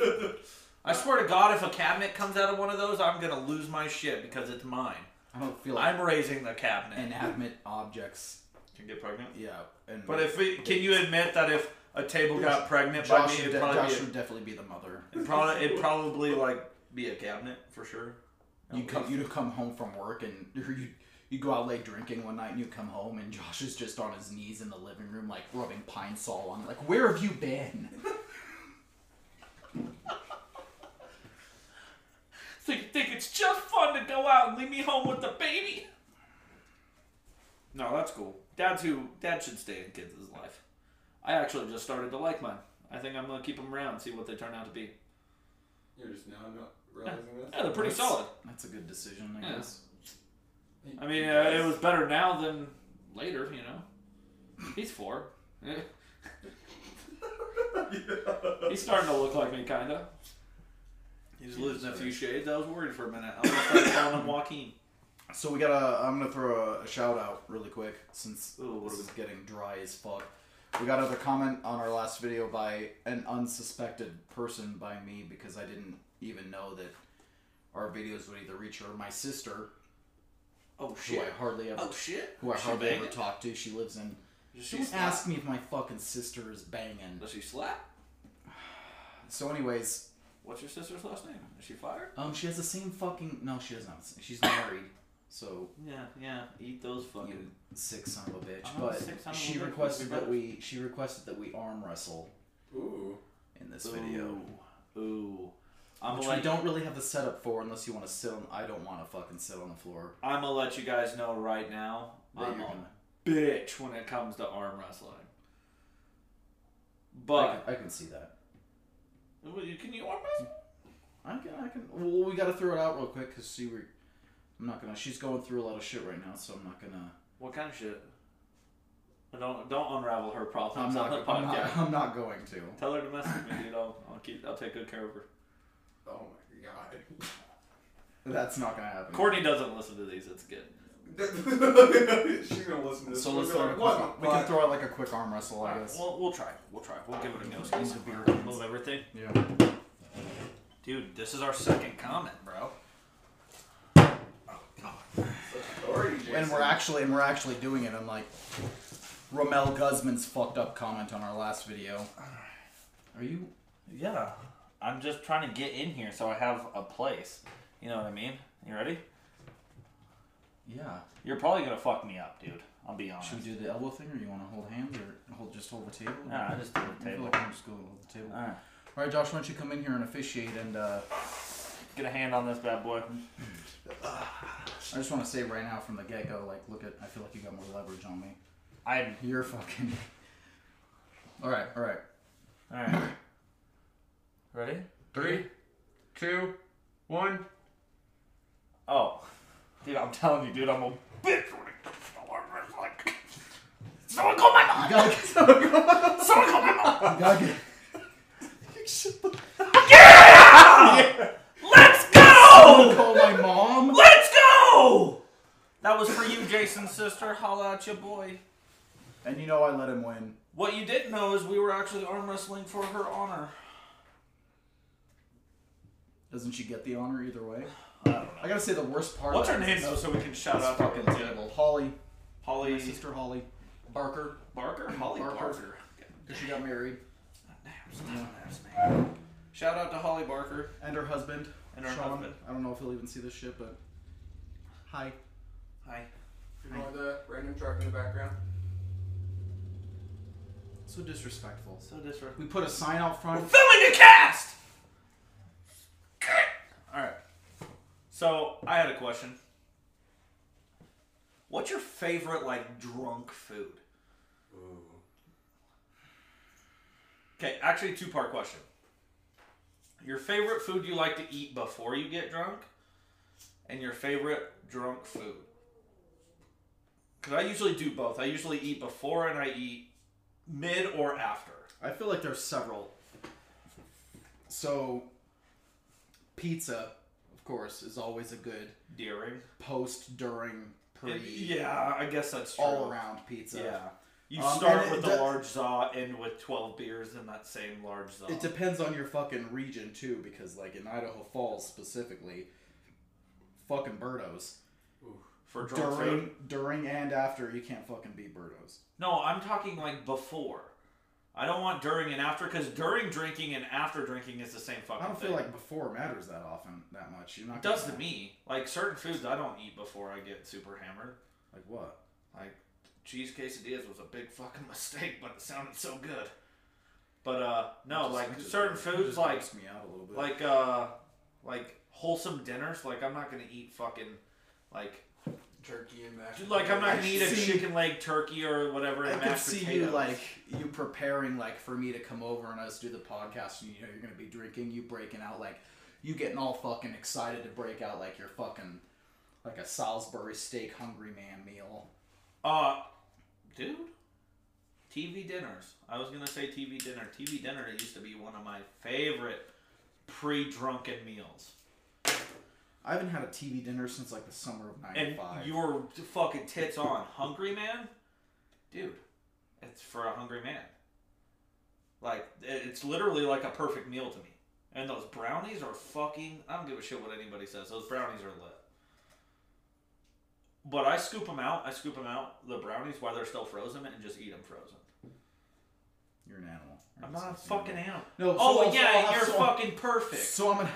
Speaker 1: I swear to god if a cabinet comes out of one of those, I'm going to lose my shit because it's mine.
Speaker 3: I don't feel like
Speaker 1: I'm raising the cabinet.
Speaker 3: inanimate objects.
Speaker 1: can get pregnant.
Speaker 3: Yeah, and
Speaker 1: But if it, can you admit that if a table got pregnant by
Speaker 3: Josh,
Speaker 1: me,
Speaker 3: would,
Speaker 1: it'd
Speaker 3: de-
Speaker 1: probably,
Speaker 3: Josh
Speaker 1: be
Speaker 3: would definitely be the mother.
Speaker 1: a, it'd probably it'd probably like be a cabinet for sure.
Speaker 3: You
Speaker 1: At
Speaker 3: come,
Speaker 1: least.
Speaker 3: you'd have come home from work and or you you go out late drinking one night and you come home and Josh is just on his knees in the living room like rubbing pine sol on like where have you been?
Speaker 1: So you think it's just fun to go out and leave me home with the baby? No, that's cool. Dad's who dad should stay in kids' life. I actually just started to like mine. I think I'm gonna keep them around, see what they turn out to be.
Speaker 2: You're just now not realizing this.
Speaker 1: Yeah, they're pretty
Speaker 3: That's-
Speaker 1: solid.
Speaker 3: That's a good decision, I
Speaker 1: Yeah.
Speaker 3: guess.
Speaker 1: I mean, uh, it was better now than later, you know. He's four. Eh, He's starting to look like me, kinda. He's losing a few shades. I was worried for a minute. I'm gonna start calling him Joaquin.
Speaker 3: So we gotta. I'm gonna throw a, a shout out really quick since
Speaker 1: Ooh, what
Speaker 3: this
Speaker 1: are
Speaker 3: is getting dry as fuck. We got another comment on our last video by an unsuspected person by me because I didn't even know that our videos would either reach her or my sister,
Speaker 1: Oh
Speaker 3: who I
Speaker 1: shit!
Speaker 3: hardly ever
Speaker 1: Oh shit!
Speaker 3: who I
Speaker 1: She
Speaker 3: hardly ever
Speaker 1: banging?
Speaker 3: talk to. She lives in
Speaker 1: Does
Speaker 3: She
Speaker 1: she
Speaker 3: was
Speaker 1: slap?
Speaker 3: asking me if my fucking sister is banging.
Speaker 1: Does she slap?
Speaker 3: So, anyways,
Speaker 1: What's your sister's last name? Is she fired?
Speaker 3: um, she has the same fucking. No, she does not. She's married. So
Speaker 1: Yeah, yeah. Eat those
Speaker 3: you
Speaker 1: fucking.
Speaker 3: sick son of a bitch.
Speaker 1: I'm
Speaker 3: but
Speaker 1: sick son of a
Speaker 3: she
Speaker 1: bitch.
Speaker 3: requested that we. She requested that we arm wrestle
Speaker 2: Ooh.
Speaker 3: in this video,
Speaker 1: Ooh. I'm
Speaker 3: which
Speaker 1: gonna let,
Speaker 3: we don't really have the setup for unless you want to sit. on... I don't want to fucking sit on the floor.
Speaker 1: I'm gonna let you guys know right now.
Speaker 3: that
Speaker 1: I'm
Speaker 3: you're
Speaker 1: a
Speaker 3: gonna-
Speaker 1: bitch when it comes to arm wrestling.
Speaker 3: I
Speaker 1: But
Speaker 3: can, I can see that.
Speaker 1: Wait, can you arm wrestle?
Speaker 3: I can. I can. Well, we gotta throw it out real quick because see, we. I'm not gonna. She's going through a lot of shit right now, so I'm not gonna.
Speaker 1: What kind of shit? Don't don't unravel her
Speaker 3: I'm
Speaker 1: problems on
Speaker 3: not.
Speaker 1: the
Speaker 3: I'm
Speaker 1: podcast.
Speaker 3: not, I'm not going to.
Speaker 1: Tell her to message me, dude. I'll, I'll keep. I'll take good care of her.
Speaker 2: Oh my god.
Speaker 3: That's not gonna happen.
Speaker 1: Courtney doesn't listen to these. It's good.
Speaker 2: She's gonna listen to this.
Speaker 3: So
Speaker 2: We'll
Speaker 3: let's
Speaker 2: be
Speaker 3: throw
Speaker 2: like,
Speaker 3: it
Speaker 2: what?
Speaker 3: we can throw out like a quick arm wrestle, I guess.
Speaker 1: We'll, we'll try. We'll try. We'll give it a go. Squeeze the beer. and Move everything.
Speaker 3: Yeah.
Speaker 1: Dude, this is our second comment, bro.
Speaker 2: Sorry,
Speaker 3: Oh, And
Speaker 2: Jason.
Speaker 3: we're actually and we're actually doing it. I'm like Romel Guzman's fucked up comment on our last video. Are you
Speaker 1: Yeah. I'm just trying to get in here so I have a place. You know what I mean? You ready?
Speaker 3: yeah.
Speaker 1: You're probably gonna fuck me up, dude. I'll be honest.
Speaker 3: Should we do the elbow thing or you wanna hold hands or hold just hold the table?
Speaker 1: Nah, I just do
Speaker 3: I
Speaker 1: the
Speaker 3: feel
Speaker 1: table.
Speaker 3: like I'm just going to hold the table.
Speaker 1: Alright.
Speaker 3: Alright Josh, why don't you come in here and officiate and uh,
Speaker 1: Get a hand on this bad boy.
Speaker 3: I just wanna say right now from the get go, like look at I feel like you got more leverage on me.
Speaker 1: I'm
Speaker 3: You're fucking Alright, alright.
Speaker 1: alright. Ready?
Speaker 2: Three, two, one.
Speaker 1: Oh. Dude, I'm telling you, dude, I'm a bitch when it comes to arm wrestling. Someone call my
Speaker 3: You
Speaker 1: mom!
Speaker 3: gotta get,
Speaker 1: Someone call my mom!
Speaker 3: you gotta get
Speaker 1: Let's go!
Speaker 3: call my mom.
Speaker 1: Let's go! That was for you, Jason's sister. Holla at your boy.
Speaker 3: And you know I let him win.
Speaker 1: What you didn't know is we were actually arm wrestling for her honor.
Speaker 3: Doesn't she get the honor either way?
Speaker 1: I don't know.
Speaker 3: I gotta say the worst part.
Speaker 1: What's
Speaker 3: of
Speaker 1: her
Speaker 3: that
Speaker 1: name
Speaker 3: is
Speaker 1: though, so we can shout
Speaker 3: this
Speaker 1: out to
Speaker 3: fucking
Speaker 1: her?
Speaker 3: table. Holly, my
Speaker 1: Holly
Speaker 3: sister Holly Barker,
Speaker 1: Barker. Holly
Speaker 3: Barker.
Speaker 1: Barker.
Speaker 3: because she got married,
Speaker 1: Damn, that's not her name. Shout out to Holly Barker.
Speaker 3: and her husband.
Speaker 1: And her
Speaker 3: Sean.
Speaker 1: husband.
Speaker 3: I don't know if he'll even see this shit, but hi.
Speaker 1: Hi.
Speaker 2: Ignore the random truck in the background.
Speaker 3: So disrespectful.
Speaker 1: So disrespectful.
Speaker 3: We put a sign out front.
Speaker 1: Filling a cast. All right. So I had a question. What's your favorite like drunk food? Okay, actually, two part question. Your favorite food you like to eat before you get drunk, and your favorite drunk food. Because I usually do both. I usually eat before and I eat mid or after.
Speaker 3: I feel like there's several. So, pizza, of course, is always a good
Speaker 1: During.
Speaker 3: post, during, pre,
Speaker 1: Yeah, I guess that's true.
Speaker 3: all around pizza.
Speaker 1: Yeah. You
Speaker 3: Um,
Speaker 1: start
Speaker 3: and it
Speaker 1: with a
Speaker 3: does-
Speaker 1: large za, end with 12 beers in that same large za.
Speaker 3: It depends on your fucking region too, because like in Idaho Falls specifically, fucking Burdos.
Speaker 1: for drunk food.
Speaker 3: During during and after you can't fucking beat Burdos.
Speaker 1: No, I'm talking like before. I don't want during and after because during drinking and after drinking is the same fucking
Speaker 3: I don't
Speaker 1: thing.
Speaker 3: feel like before matters that often that much. You're not
Speaker 1: it does
Speaker 3: gonna-
Speaker 1: to me. Like certain foods I don't eat before I get super hammered.
Speaker 3: Like what?
Speaker 1: Like cheese quesadillas was a big fucking mistake, but it sounded so good. But uh no,
Speaker 3: Just-
Speaker 1: like
Speaker 3: that just-
Speaker 1: certain
Speaker 3: that
Speaker 1: foods
Speaker 3: just
Speaker 1: like
Speaker 3: grossed me out a little bit.
Speaker 1: like uh like wholesome dinners like i'm not gonna eat fucking like
Speaker 2: Turkey and mash.
Speaker 1: dude, like i'm not gonna eat a
Speaker 3: See-
Speaker 1: chicken leg turkey or whatever
Speaker 3: I
Speaker 1: and
Speaker 3: could
Speaker 1: mashed
Speaker 3: see
Speaker 1: potatoes.
Speaker 3: you like you preparing like for me to come over and us do the podcast and you know you're gonna be drinking, you breaking out like you getting all fucking excited to break out like your fucking like a Salisbury steak hungry man meal.
Speaker 1: uh dude tv dinners i was gonna say tv dinner tv dinner used to be one of my favorite pre-drunken meals
Speaker 3: I haven't had a TV dinner since like the summer of
Speaker 1: and
Speaker 3: '95.
Speaker 1: you were fucking tits on hungry man dude it's for a hungry man like it- it's literally like a perfect meal to me and those brownies are fucking i don't give a shit what anybody says those brownies are lit but i scoop them out i scoop them out the brownies while they're still frozen and just eat them frozen
Speaker 3: You're an animal.
Speaker 1: i'm not a fucking animal
Speaker 3: No, so
Speaker 1: oh
Speaker 3: I'll-
Speaker 1: yeah
Speaker 3: I'll-
Speaker 1: you're
Speaker 3: so I'll-
Speaker 1: fucking perfect
Speaker 3: So I'm gonna.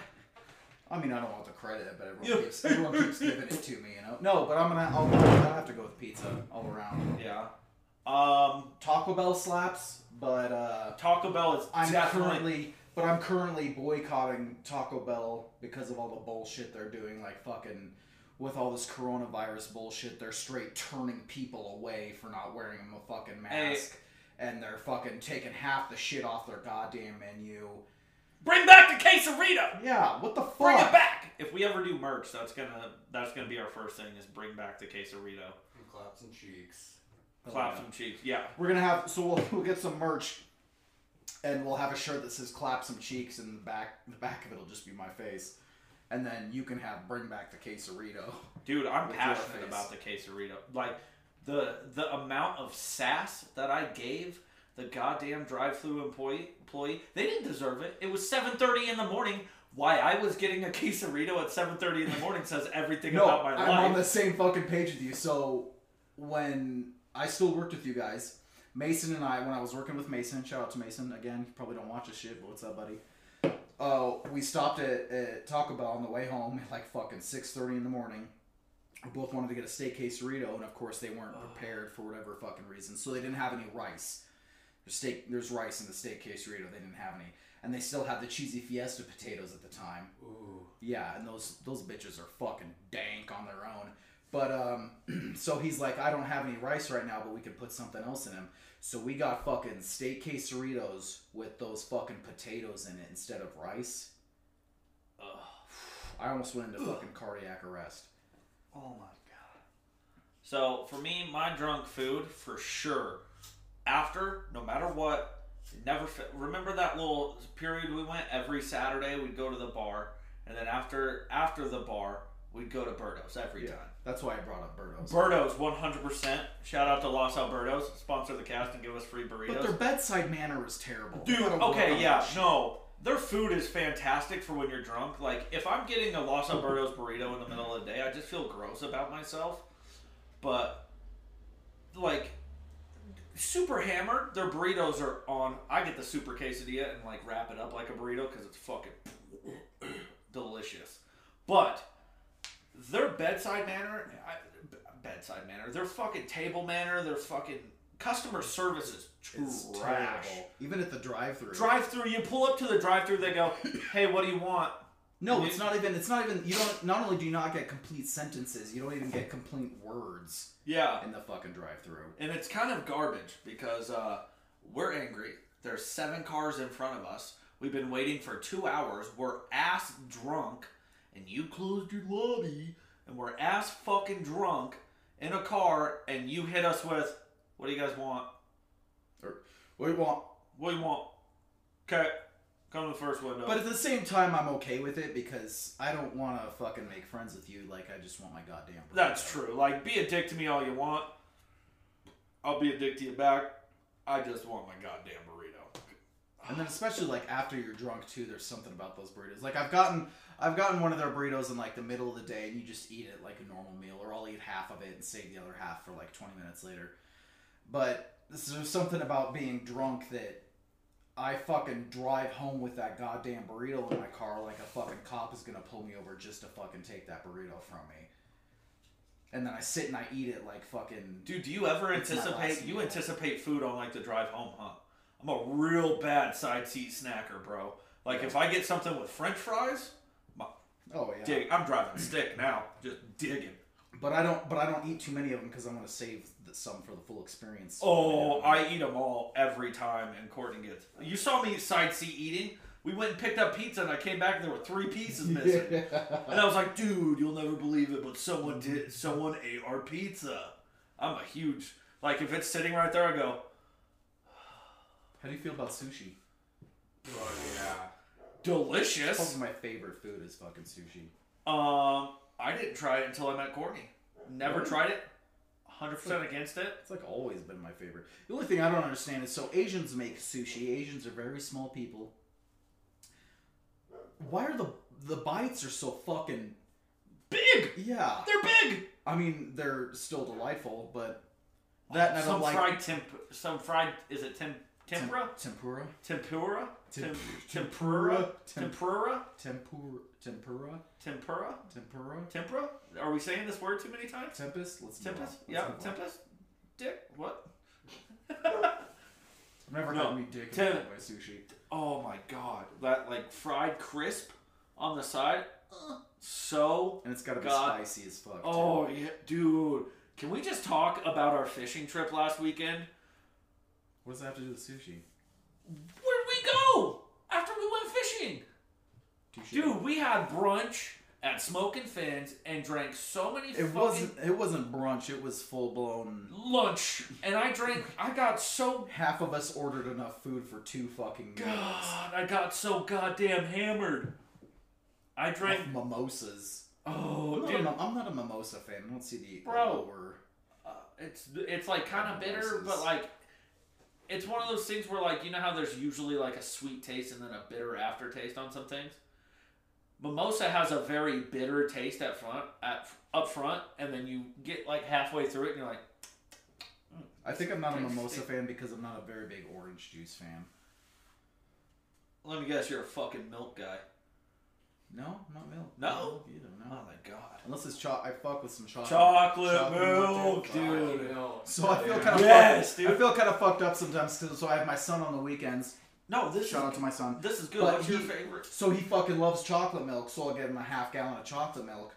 Speaker 3: I mean, I don't want the credit, but everyone,
Speaker 1: Yeah.
Speaker 3: keeps, everyone keeps giving it to me, you know. No, but I'm gonna. I'll, I'll have to go with pizza all around.
Speaker 1: yeah um
Speaker 3: Taco Bell slaps, but uh,
Speaker 1: taco bell is
Speaker 3: I'm
Speaker 1: definitely
Speaker 3: currently. But I'm currently boycotting Taco Bell because of all the bullshit they're doing, like fucking with all this coronavirus bullshit. They're straight turning people away for not wearing a fucking
Speaker 1: Hey.
Speaker 3: mask, and they're fucking taking half the shit off their goddamn menu.
Speaker 1: bring back the quesarito
Speaker 3: Yeah, what the fuck?
Speaker 1: Bring it back. If we ever do merch, that's gonna that's gonna be our first thing is bring back the quesarito.
Speaker 2: And claps and cheeks.
Speaker 3: Oh,
Speaker 1: Clap
Speaker 3: yeah.
Speaker 1: some cheeks. Yeah.
Speaker 3: We're gonna have so we'll, we'll get some merch, and we'll have a shirt that says "Clap some cheeks," and the back the back of it'll just be my face, and then you can have bring back the quesarito.
Speaker 1: Dude, I'm
Speaker 3: With your
Speaker 1: passionate
Speaker 3: face.
Speaker 1: about the quesarito. Like the the amount of sass that I gave the goddamn drive-through employee, employee they didn't deserve it. It was 7:30 in the morning. Why I was getting a quesarito at 7:30 in the morning says everything about my
Speaker 3: I'm
Speaker 1: life.
Speaker 3: on the same fucking page with you. So when I still worked with you guys, Mason and I, when I was working with Mason, shout out to Mason again. You probably don't watch this shit, but what's up, buddy? Oh, we stopped at, at Taco Bell on the way home at like fucking six thirty in the morning. We both wanted to get a steak quesarito, and of course they weren't prepared for whatever fucking reason, so they didn't have any rice. There's steak, there's rice in the steak quesarito. They didn't have any, and they still had the cheesy fiesta potatoes at the time.
Speaker 2: Ooh.
Speaker 3: Yeah, and those those bitches are fucking dank on their own. But um, so he's like, I don't have any rice right now, but we can put something else in him. So we got fucking steak quesaritos with those fucking potatoes in it instead of rice.
Speaker 1: Ugh.
Speaker 3: I almost went into fucking cardiac arrest.
Speaker 2: Oh my god.
Speaker 1: So for me, my drunk food for sure. After, no matter what, it never. Fa- Remember that little period we went every Saturday? We'd go to the bar, and then after after the bar, we'd go to Birdos every
Speaker 3: Yeah,
Speaker 1: time.
Speaker 3: that's why I brought up Birdos.
Speaker 1: Birdos, 100%. Shout out to Los Albertos, sponsor the cast and give us free
Speaker 3: but their
Speaker 1: burritos.
Speaker 3: bedside manner is terrible.
Speaker 1: Dude,
Speaker 3: We gotta work
Speaker 1: okay,
Speaker 3: on
Speaker 1: yeah,
Speaker 3: that shit.
Speaker 1: no. Their food is fantastic for when you're drunk. Like, if I'm getting a Los Albertos burrito in the middle of the day, I just feel gross about myself. But, like, super hammered, their burritos are on. I get the super quesadilla and, like, wrap it up like a burrito because it's fucking delicious. But their bedside manner, I, b- bedside manner, their fucking table manner, their fucking customer service is
Speaker 3: It's
Speaker 1: trash.
Speaker 3: terrible. Even at the drive-through.
Speaker 1: Drive through, you pull up to the drive through, they go, hey, what do you want?
Speaker 3: no, it's not even. It's not even. You don't. Not only do you not get complete sentences, you don't even get complete words
Speaker 1: Yeah.
Speaker 3: in the fucking drive-through.
Speaker 1: And it's kind of garbage because uh, we're angry. There's seven cars in front of us. We've been waiting for two hours. We're ass drunk, and you closed your lobby, and we're ass fucking drunk in a car, and you hit us with, "What do you guys want?
Speaker 3: Or what do you want?
Speaker 1: What do you want? Okay, come to the first window."
Speaker 3: But at the same time, I'm okay with it because I don't want to fucking make friends with you. Like I just want my goddamn. burrito.
Speaker 1: That's true. Like, be a dick to me all you want. I'll be a dick to you back. I just want my goddamn burrito.
Speaker 3: And then especially like after you're drunk too, there's something about those burritos. Like I've gotten, I've gotten one of their burritos in like the middle of the day, and you just eat it like a normal meal, or I'll eat half of it and save the other half for like 20 minutes later. But this is something about being drunk that I fucking drive home with that goddamn burrito in my car, like a fucking cop is gonna pull me over just to fucking take that burrito from me. And then I sit and I eat it like fucking
Speaker 1: Dude, do you ever
Speaker 3: It's my
Speaker 1: anticipate
Speaker 3: last
Speaker 1: you
Speaker 3: meal.
Speaker 1: anticipate food on like the drive home, huh? I'm a real bad side seat snacker, bro. Like if I get something with French fries,
Speaker 3: oh yeah.
Speaker 1: dig, I'm driving stick now, just digging.
Speaker 3: But I don't. But I don't eat too many of them because I want to save the, some for the full experience.
Speaker 1: Oh, I eat them all every time, and Courtney gets. You saw me side seat eating. We went and picked up pizza, and I came back and there were three pieces missing. And I was like, dude, you'll never believe it, but someone did. Someone ate our pizza. I'm a huge like if it's sitting right there, I go,
Speaker 3: How do you feel about sushi?
Speaker 2: Oh yeah.
Speaker 1: delicious.
Speaker 3: Probably my favorite food is fucking sushi.
Speaker 1: Um, I didn't try it until I met Courtney. Never tried it. 100% against it.
Speaker 3: It's like always been my favorite. The only thing I don't understand is so Asians make sushi. Asians are very small people. Why are the the bites are so fucking
Speaker 1: Big!
Speaker 3: yeah?
Speaker 1: They're big!
Speaker 3: I mean they're still delightful, but that and I
Speaker 1: some
Speaker 3: don't like
Speaker 1: fried temp- some fried is it tem-
Speaker 3: tem-
Speaker 1: tempura?
Speaker 3: tempura,
Speaker 1: tempura?
Speaker 3: Tem-
Speaker 1: tempura?
Speaker 3: tem-
Speaker 1: Tempura?
Speaker 3: tempura, tempura,
Speaker 1: Tempura?
Speaker 3: tempura,
Speaker 1: Tempura? Are we saying this word too many times?
Speaker 3: tempest. Let's move on.
Speaker 1: Tempest?
Speaker 3: Let's
Speaker 1: Yeah,
Speaker 3: move on.
Speaker 1: tempest? Dick? What?
Speaker 3: I've never
Speaker 1: No.
Speaker 3: had me dick
Speaker 1: Tem-
Speaker 3: by sushi.
Speaker 1: Oh my god. That like fried crisp on the side? Ugh. So
Speaker 3: And it's gotta be
Speaker 1: God.
Speaker 3: spicy as fuck. too.
Speaker 1: Oh yeah, dude. Can we just talk about our fishing trip last weekend?
Speaker 3: What does that have to do with sushi?
Speaker 1: Where'd we go after we went fishing?
Speaker 3: Touche.
Speaker 1: Dude, we had brunch at Smoking Fins and drank so many
Speaker 3: It
Speaker 1: fucking
Speaker 3: wasn't it wasn't brunch, it was full blown
Speaker 1: lunch. And I drank I got so
Speaker 3: half of us ordered enough food for two fucking meals.
Speaker 1: God, I got so goddamn hammered. I drank.
Speaker 3: Of mimosas.
Speaker 1: Oh,
Speaker 3: I'm not,
Speaker 1: dude,
Speaker 3: a, mim- I'm not a mimosa fan. I don't see the
Speaker 1: Bro.
Speaker 3: Or,
Speaker 1: Uh, it's it's like kind of bitter, but like it's one of those things where like you know how there's usually like a sweet taste and then a bitter aftertaste on some things. Mimosa has a very bitter taste at front at up front, and then you get like halfway through it and you're like,
Speaker 3: I think I'm not a
Speaker 1: Tastes-
Speaker 3: mimosa fan because I'm not a very big orange juice fan.
Speaker 1: let me guess, you're a fucking milk guy.
Speaker 3: No, not milk.
Speaker 1: No?
Speaker 3: Not milk either.
Speaker 1: Oh
Speaker 3: No.
Speaker 1: my god.
Speaker 3: Unless it's chocolate. I fuck with some chocolate.
Speaker 1: Chocolate milk, Dude.
Speaker 3: dude.
Speaker 2: Fucking hell.
Speaker 3: So I feel kind of
Speaker 1: Yes,
Speaker 3: I feel kind of fucked up sometimes. 'cause- so I have my son on the weekends.
Speaker 1: No, this
Speaker 3: Shout out
Speaker 1: is
Speaker 3: to my son.
Speaker 1: this is good.
Speaker 3: But
Speaker 1: What's your
Speaker 3: he-
Speaker 1: favorite?
Speaker 3: So he fucking loves chocolate milk. So I'll give him a half gallon of chocolate milk.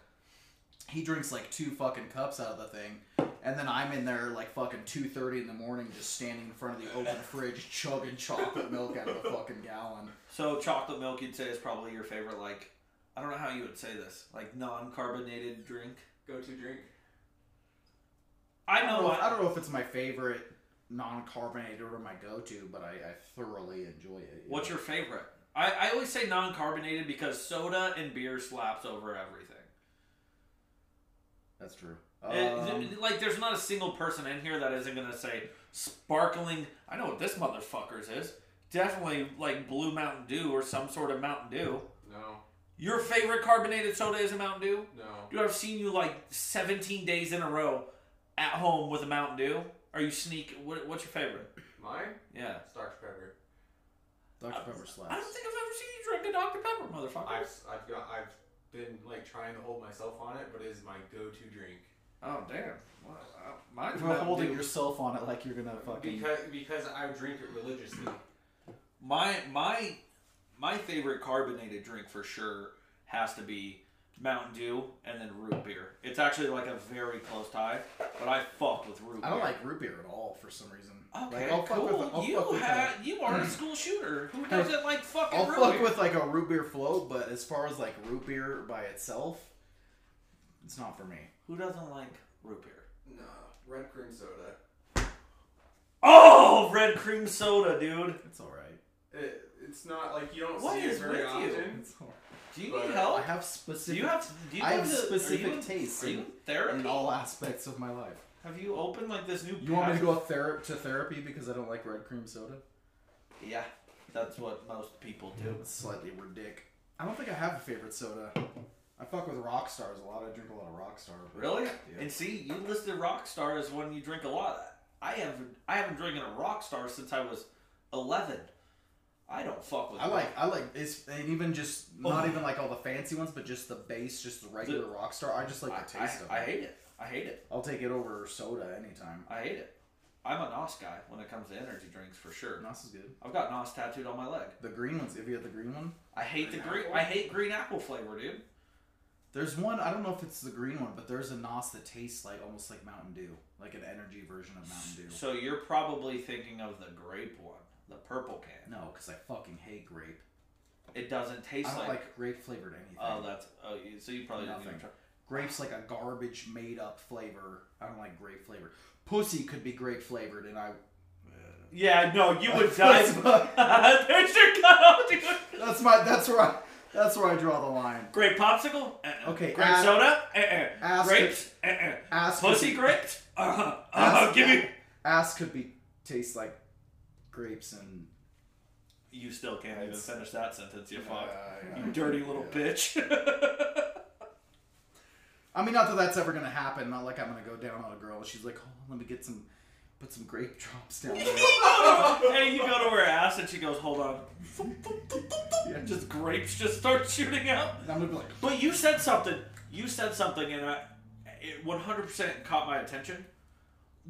Speaker 3: He drinks like two fucking cups out of the thing, and then I'm in there like fucking two thirty in the morning, just standing in front of the open fridge, chugging chocolate milk out of a fucking gallon.
Speaker 1: So chocolate milk, you'd say is probably your favorite. Like, I don't know how you would say this. Like non-carbonated drink.
Speaker 2: go-to drink.
Speaker 1: I
Speaker 3: I don't
Speaker 1: know.
Speaker 3: know if, I
Speaker 1: I,
Speaker 3: don't know if it's my favorite non-carbonated or my go-to, but I, I thoroughly enjoy it.
Speaker 1: what's your favorite? I, I always say non-carbonated because soda and beer slaps over everything.
Speaker 3: That's true.
Speaker 1: Eh, It-
Speaker 3: Um,
Speaker 1: th- like, there's not a single person in here that isn't gonna say sparkling. I know what this motherfucker's is. Definitely like blue Mountain Dew or some sort of Mountain Dew.
Speaker 2: No,
Speaker 1: Your favorite carbonated soda is a Mountain Dew.
Speaker 2: no.
Speaker 1: Dude, I've seen you like 17 days in a row at home with a Mountain Dew. Are you sneak? What, what's your favorite?
Speaker 2: Mine?
Speaker 1: Yeah.
Speaker 2: Dr. Pepper.
Speaker 3: Dr. Pepper
Speaker 1: I don't
Speaker 3: slaps.
Speaker 1: think I've ever seen you drink a Dr. Pepper, motherfucker.
Speaker 2: I've, I've, got, I've been like trying to hold myself on it, but it is my go-to drink.
Speaker 1: oh, damn. Well, uh, mine's
Speaker 3: You're
Speaker 1: Mountain
Speaker 3: holding
Speaker 1: Dew.
Speaker 3: yourself on it like you're gonna fucking.
Speaker 2: Because, because I drink it religiously.
Speaker 1: My, my, my favorite carbonated drink for sure has to be Mountain Dew and then root beer. It's actually like a very close tie, but I fucked with root
Speaker 3: I don't
Speaker 1: beer.
Speaker 3: like root beer at all for some reason.
Speaker 1: Okay,
Speaker 3: like, I'll
Speaker 1: cool.
Speaker 3: Fuck with, I'll
Speaker 1: you
Speaker 3: fuck with a-
Speaker 1: had, you are a school shooter. Who doesn't like fucking
Speaker 3: I'll
Speaker 1: root
Speaker 3: fuck
Speaker 1: beer?
Speaker 3: with like a root beer float, but as far as like root beer by itself, it's not for me.
Speaker 1: Who doesn't like root beer?
Speaker 2: No, red cream soda.
Speaker 1: Oh, red cream soda, dude.
Speaker 3: It's all right.
Speaker 2: It, it's not like you don't
Speaker 1: What
Speaker 2: see it
Speaker 1: is
Speaker 2: very
Speaker 1: with you?
Speaker 2: often.
Speaker 3: It's all right.
Speaker 1: Do you
Speaker 2: But,
Speaker 1: need
Speaker 2: uh,
Speaker 1: help?
Speaker 3: I have
Speaker 1: do
Speaker 3: specific.
Speaker 1: you have? Do you
Speaker 3: I
Speaker 1: go
Speaker 3: have
Speaker 1: to- are
Speaker 3: specific
Speaker 1: you in-
Speaker 3: tastes
Speaker 1: Are you
Speaker 3: in-
Speaker 1: in therapy?
Speaker 3: in all aspects of my life.
Speaker 1: Have you opened like this new?
Speaker 3: You want me to
Speaker 1: pack-
Speaker 3: go ther- to therapy because I don't like red cream soda?
Speaker 1: Yeah, that's what most people do.
Speaker 3: That's slightly ridiculous. I don't think I have a favorite soda. I fuck with rock stars a lot. I drink a lot of rock star.
Speaker 1: Really?
Speaker 3: Yeah.
Speaker 1: And see, you listed Rockstar as one you drink a lot. Of. I haven't. I haven't drinking a Rockstar since I was eleven. I don't fuck with.
Speaker 3: I
Speaker 1: Rock-
Speaker 3: like I like it's and even just not
Speaker 1: Oh.
Speaker 3: even like all the fancy ones, but just the base, just the regular rock star. I just like the
Speaker 1: I,
Speaker 3: taste of it.
Speaker 1: I, I hate it. I hate it.
Speaker 3: I'll take it over soda anytime.
Speaker 1: I hate it. I'm a Nos guy when it comes to energy drinks for sure.
Speaker 3: Nos is good.
Speaker 1: I've got Nos tattooed on my leg.
Speaker 3: The green ones. If you had the green one,
Speaker 1: I hate the
Speaker 2: Green
Speaker 1: green.
Speaker 2: apple?
Speaker 1: I hate green apple flavor, dude.
Speaker 3: there's one. I don't know if it's the green one, but there's a Nos that tastes like almost like Mountain Dew, like an energy version of Mountain Dew.
Speaker 1: So you're probably thinking of the grape one, the purple can.
Speaker 3: No, because I fucking hate grape.
Speaker 1: It doesn't
Speaker 3: I
Speaker 1: taste
Speaker 3: don't
Speaker 1: like.
Speaker 3: like, grape flavored anything.
Speaker 1: oh, that's. Oh, you- so you probably didn't even
Speaker 3: Nothing.
Speaker 1: try.
Speaker 3: Grape's like a garbage made up flavor. I don't like grape flavored. Pussy could be grape flavored, and I.
Speaker 1: Yeah, no, you would die.
Speaker 3: that's, my,
Speaker 1: There's your cutoff, dude.
Speaker 3: that's my. That's where I. That's where I draw the line.
Speaker 1: Grape popsicle. Uh-uh.
Speaker 3: Okay, uh,
Speaker 1: Grape
Speaker 3: ask-
Speaker 1: soda. Uh-uh.
Speaker 3: ask
Speaker 1: Grapes. Uh-uh.
Speaker 3: Ass
Speaker 1: Pussy
Speaker 3: could be,
Speaker 1: grapes. Uh huh. Uh-huh.
Speaker 3: Ask-
Speaker 1: Give me.
Speaker 3: ass could be taste like grapes and.
Speaker 1: You still can't even finish that sentence. You fuck.
Speaker 3: Uh,
Speaker 1: you dirty little
Speaker 3: yeah.
Speaker 1: bitch.
Speaker 3: I mean, not that that's ever gonna happen. Not like I'm gonna go down on a girl. and She's like, oh, let me get some, put some grape drops down there.
Speaker 1: hey, you go to her ass and she goes, "Hold on."
Speaker 3: Yeah, just,
Speaker 1: Just grapes just start shooting out.
Speaker 3: and I'm gonna be like,
Speaker 1: But you said something. You said something, and I, it 100% caught my attention.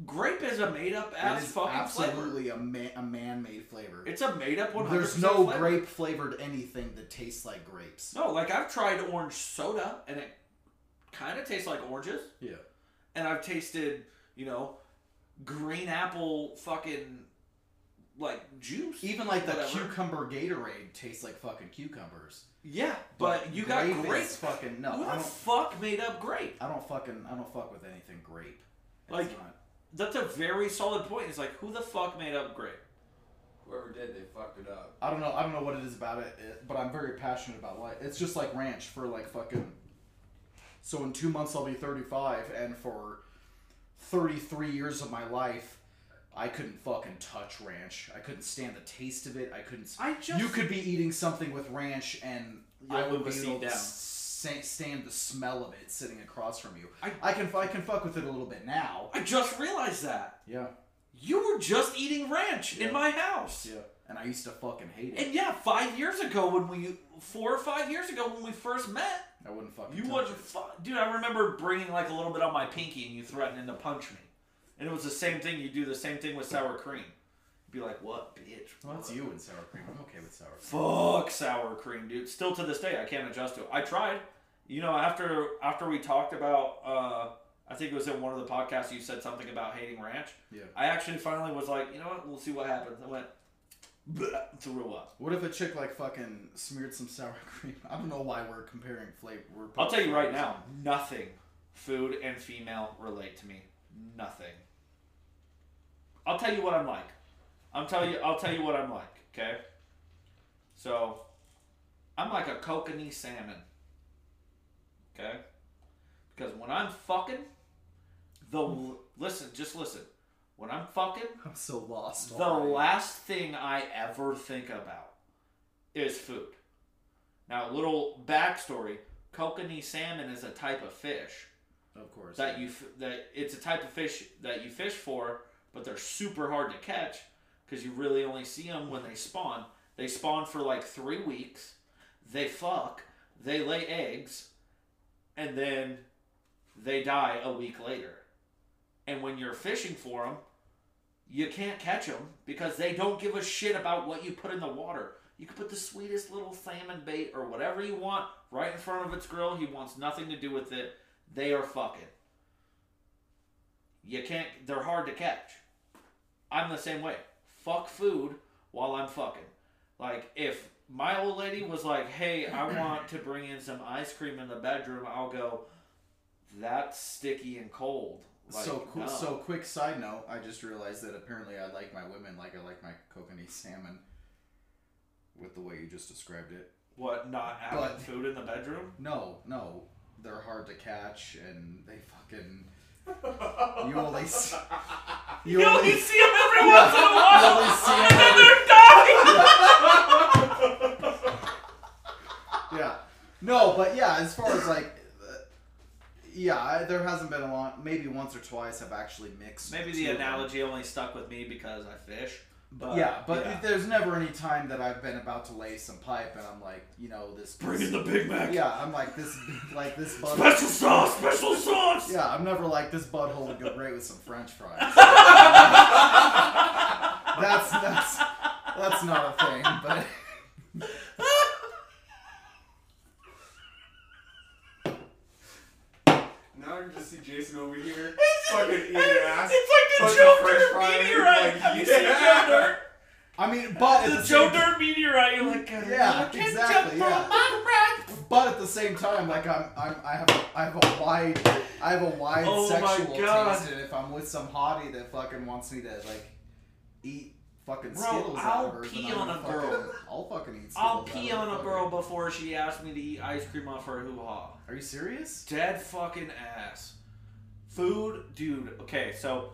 Speaker 1: Grape is a made up
Speaker 3: it
Speaker 1: ass
Speaker 3: is
Speaker 1: fucking flavor.
Speaker 3: absolutely a, ma- a man-made flavor.
Speaker 1: It's a made up 100%
Speaker 3: There's no
Speaker 1: flavor.
Speaker 3: grape flavored anything that tastes like grapes.
Speaker 1: No, like I've tried orange soda, and it kind of tastes like oranges.
Speaker 3: Yeah.
Speaker 1: And I've tasted, you know, green apple fucking like juice.
Speaker 3: Even like the
Speaker 1: Whatever.
Speaker 3: cucumber Gatorade tastes like fucking cucumbers.
Speaker 1: Yeah, but you got
Speaker 3: grape
Speaker 1: grape.
Speaker 3: is fucking no.
Speaker 1: Who
Speaker 3: I
Speaker 1: the
Speaker 3: don't.
Speaker 1: fuck made up grape?
Speaker 3: I don't fucking. I don't fuck with anything grape. It's
Speaker 1: Like-
Speaker 3: not-
Speaker 1: That's a very solid point. It's like, who the fuck made up grape?
Speaker 2: Whoever did, they fucked it up.
Speaker 3: I don't know. I don't know what it is about it, it- but I'm very passionate about life. It's just like ranch for like fucking. So in two months I'll be 35, and for 33 years of my life, I couldn't fucking touch ranch. I couldn't stand the taste of it. I couldn't. s-
Speaker 1: I just
Speaker 3: you could be eating something with ranch, and
Speaker 1: You'll
Speaker 3: I would
Speaker 1: live a
Speaker 3: be
Speaker 1: seat
Speaker 3: able to
Speaker 1: down.
Speaker 3: sa- stand the smell of it sitting across from you. I,
Speaker 1: I-
Speaker 3: can I can fuck with it a little bit now.
Speaker 1: I just realized that
Speaker 3: Yeah,
Speaker 1: you were just eating ranch
Speaker 3: Yeah.
Speaker 1: in my house.
Speaker 3: yeah. And I used to fucking hate it.
Speaker 1: And yeah, five years ago when we four or five years ago when we first met,
Speaker 3: I wouldn't fucking.
Speaker 1: you
Speaker 3: touch
Speaker 1: wasn't
Speaker 3: it.
Speaker 1: fu- dude. I remember bringing like a little bit on my pinky and you threatening to punch me. And it was the same thing. You do the same thing with sour cream. You'd be like, "What, bitch?
Speaker 3: Well, that's you and sour cream. I'm okay with sour cream.
Speaker 1: Fuck sour cream, dude. Still to this day, I can't adjust to it. I tried. You know, after after we talked about, uh, I think it was in one of the podcasts you said something about hating ranch.
Speaker 3: Yeah.
Speaker 1: I actually finally was like, you know what? We'll see what happens. I went "Bleh," threw up.
Speaker 3: What if a chick like fucking smeared some sour cream? I don't know why we're comparing flavor. We're
Speaker 1: I'll tell you right now, nothing food and female relate to me. Nothing. I'll tell you what I'm like. I'm tell you I'll tell you what I'm like, okay? So I'm like a kokanee salmon. Okay? Because when I'm fucking the listen, just listen. When I'm fucking,
Speaker 3: I'm so lost.
Speaker 1: the
Speaker 3: already.
Speaker 1: last thing I ever think about is food. Now, a little backstory: kokanee salmon is a type of fish
Speaker 3: of course.
Speaker 1: that you f- that it's a type of fish that you fish for, but they're super hard to catch because you really only see them when they spawn. They spawn for like three weeks. They fuck. They lay eggs, and then they die a week later. And when you're fishing for them, you can't catch them because they don't give a shit about what you put in the water. You can put the sweetest little salmon bait or whatever you want right in front of its grill. He wants nothing to do with it. They are fucking. You can't. They're hard to catch. I'm the same way. Fuck food while I'm fucking. Like if my old lady was like, "Hey, I want to bring in some ice cream in the bedroom," I'll go. That's sticky and cold. Like,
Speaker 3: so cool.
Speaker 1: no.
Speaker 3: So quick side note. I just realized that apparently I like my women like I like my kokanee salmon. With the way you just described it.
Speaker 1: What, not having
Speaker 3: But-
Speaker 1: food in the bedroom?
Speaker 3: No, no, they're hard to catch and they fucking. You only. See, you,
Speaker 1: You
Speaker 3: only.
Speaker 1: only see them every once in a while,
Speaker 3: only see 'em
Speaker 1: and then they're dying.
Speaker 3: Yeah. No, but yeah, as far as like, uh, yeah, I, there hasn't been a lot. Maybe once or twice I've actually mixed.
Speaker 1: Maybe
Speaker 3: two
Speaker 1: the
Speaker 3: of them.
Speaker 1: analogy uh, only stuck with me because I fish. But
Speaker 3: yeah, but there's never any time that I've been about to lay some pipe and I'm like, you know, this.
Speaker 1: bringing the Big Mac,
Speaker 3: Yeah, I'm like this, like this butthole.
Speaker 1: special sauce, special sauce.
Speaker 3: Yeah, I'm never like this butthole would go great with some French fries. that's that's that's not a thing, but.
Speaker 2: Now I can just see Jason over here fucking eating ass.
Speaker 1: It's like the
Speaker 2: fucking
Speaker 1: Joe
Speaker 2: french
Speaker 1: Dirt
Speaker 2: fries,
Speaker 1: meteorite.
Speaker 2: like,
Speaker 1: Have you seen
Speaker 2: yeah.
Speaker 1: Joe Dirt?
Speaker 3: I mean, but at
Speaker 1: The
Speaker 3: the
Speaker 1: Joe
Speaker 3: same
Speaker 1: Dirt meteorite. You're like, "God,
Speaker 3: Yeah,
Speaker 1: I can't jump
Speaker 3: exactly,
Speaker 1: from
Speaker 3: yeah.
Speaker 1: my rack.
Speaker 3: But at the same time, like I'm, I'm I have, a, I have a wide, I have a wide
Speaker 1: Oh my
Speaker 3: sexual
Speaker 1: God.
Speaker 3: taste, and if I'm with some hottie that fucking wants me to like eat fucking
Speaker 1: Bro,
Speaker 3: Skittles,
Speaker 1: I'll
Speaker 3: out of her,
Speaker 1: pee
Speaker 3: then
Speaker 1: on
Speaker 3: I'm
Speaker 1: a
Speaker 3: fucking-
Speaker 1: girl.
Speaker 3: I'll fucking eat. Skittles
Speaker 1: I'll
Speaker 3: out
Speaker 1: pee
Speaker 3: of her,
Speaker 1: on a
Speaker 3: fucking-
Speaker 1: girl before she asked me to eat ice cream off her hoo ha.
Speaker 3: Are you serious?
Speaker 1: Dead fucking ass. Food, dude. Okay, so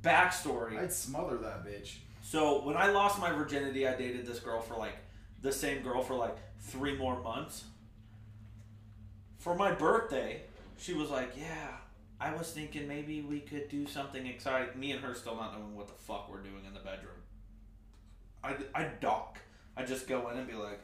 Speaker 1: backstory.
Speaker 3: I'd smother that bitch.
Speaker 1: So when I lost my virginity, I dated this girl for like the same girl for like three more months. For my birthday, she was like, "Yeah, I was thinking maybe we could do something exciting." Me and her still not knowing what the fuck we're doing in the bedroom. I I dock. I just go in and be like,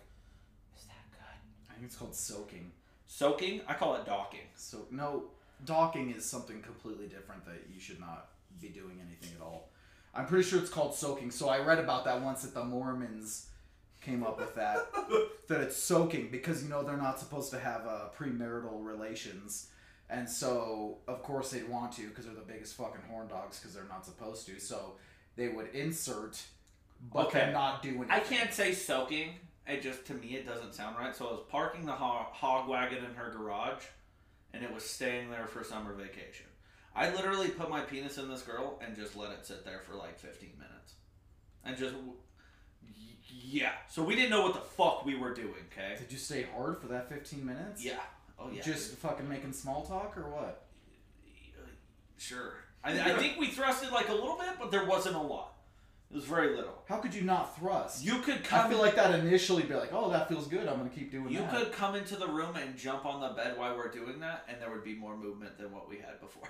Speaker 1: "Is that good?"
Speaker 3: I think it's called soaking.
Speaker 1: Soaking. I call it docking.
Speaker 3: So no, docking is something completely different that you should not be doing anything at all. I'm pretty sure it's called soaking. So I read about that once that the Mormons came up with that that it's soaking because you know they're not supposed to have uh, premarital relations. And so, of course, they'd want to because they're the biggest fucking horn dogs because they're not supposed to. So they would insert, but
Speaker 1: Okay.
Speaker 3: they're not do anything.
Speaker 1: I can't say soaking. It just to me it doesn't sound right. So I was parking the ho- hog wagon in her garage, and it was staying there for summer vacation. I literally put my penis in this girl and just let it sit there for like 15 minutes, and just Yeah. So we didn't know what the fuck we were doing, okay?
Speaker 3: Did you stay hard for that 15 minutes?
Speaker 1: Yeah. Oh yeah.
Speaker 3: Just fucking making small talk or what?
Speaker 1: sure. I, I think we thrusted like a little bit, but there wasn't a lot. It was very little.
Speaker 3: How could you not thrust?
Speaker 1: You could come.
Speaker 3: I feel like that initially be like, oh, that feels good. I'm gonna keep doing
Speaker 1: You
Speaker 3: that.
Speaker 1: could come into the room and jump on the bed while we're doing that, and there would be more movement than what we had before.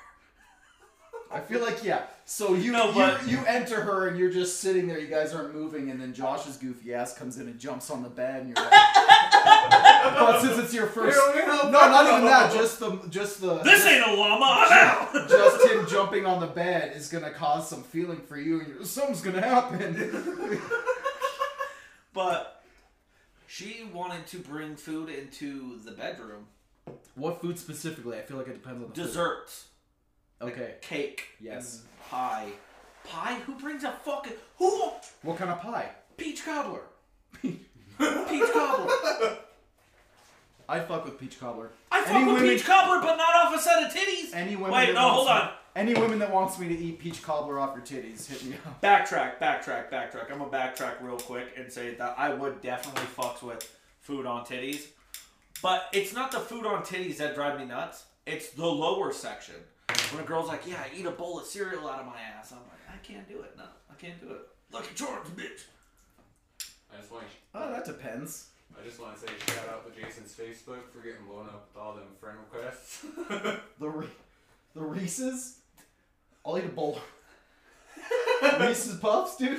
Speaker 3: I feel like yeah. So you
Speaker 1: No,
Speaker 3: you-
Speaker 1: but-
Speaker 3: you, enter her and you're just sitting there. You guys aren't moving, and then Josh's goofy ass comes in and jumps on the bed, and you're like. but since it's your first,
Speaker 2: Here we
Speaker 3: no,
Speaker 2: go.
Speaker 3: not even that. Just the just the
Speaker 1: this ain't a llama. I'm out.
Speaker 3: just him jumping on the bed is gonna cause some feeling for you, and you're, something's gonna happen.
Speaker 1: but she wanted to bring food into the bedroom.
Speaker 3: what food specifically? I feel like it depends on the
Speaker 1: Desserts,
Speaker 3: Food. Okay.
Speaker 1: cake,
Speaker 3: Yes.
Speaker 1: and pie. Pie? Who brings a fucking who?
Speaker 3: What kind of pie?
Speaker 1: Peach cobbler. peach cobbler.
Speaker 3: I fuck with peach cobbler.
Speaker 1: I fuck
Speaker 3: Any
Speaker 1: with
Speaker 3: women-
Speaker 1: peach cobbler, but not off a set of titties.
Speaker 3: Any women
Speaker 1: Wait,
Speaker 3: that
Speaker 1: no,
Speaker 3: wants
Speaker 1: hold
Speaker 3: me-
Speaker 1: on.
Speaker 3: Any women that wants me to eat peach cobbler off your titties, hit me up.
Speaker 1: Backtrack, backtrack, backtrack. I'm gonna backtrack real quick and say that I would definitely fucks with food on titties, but it's not the food on titties that drive me nuts. It's the lower section. When a girl's like, "Yeah, I eat a bowl of cereal out of my ass," I'm like, "I can't do it. No, I can't do it." Look at George, bitch.
Speaker 2: I just want
Speaker 3: Oh, that depends.
Speaker 2: I just want to say shout out to Jason's Facebook for getting blown up with all them friend requests.
Speaker 3: The Re- the Reese's. I'll eat a bowl. Reese's puffs, dude.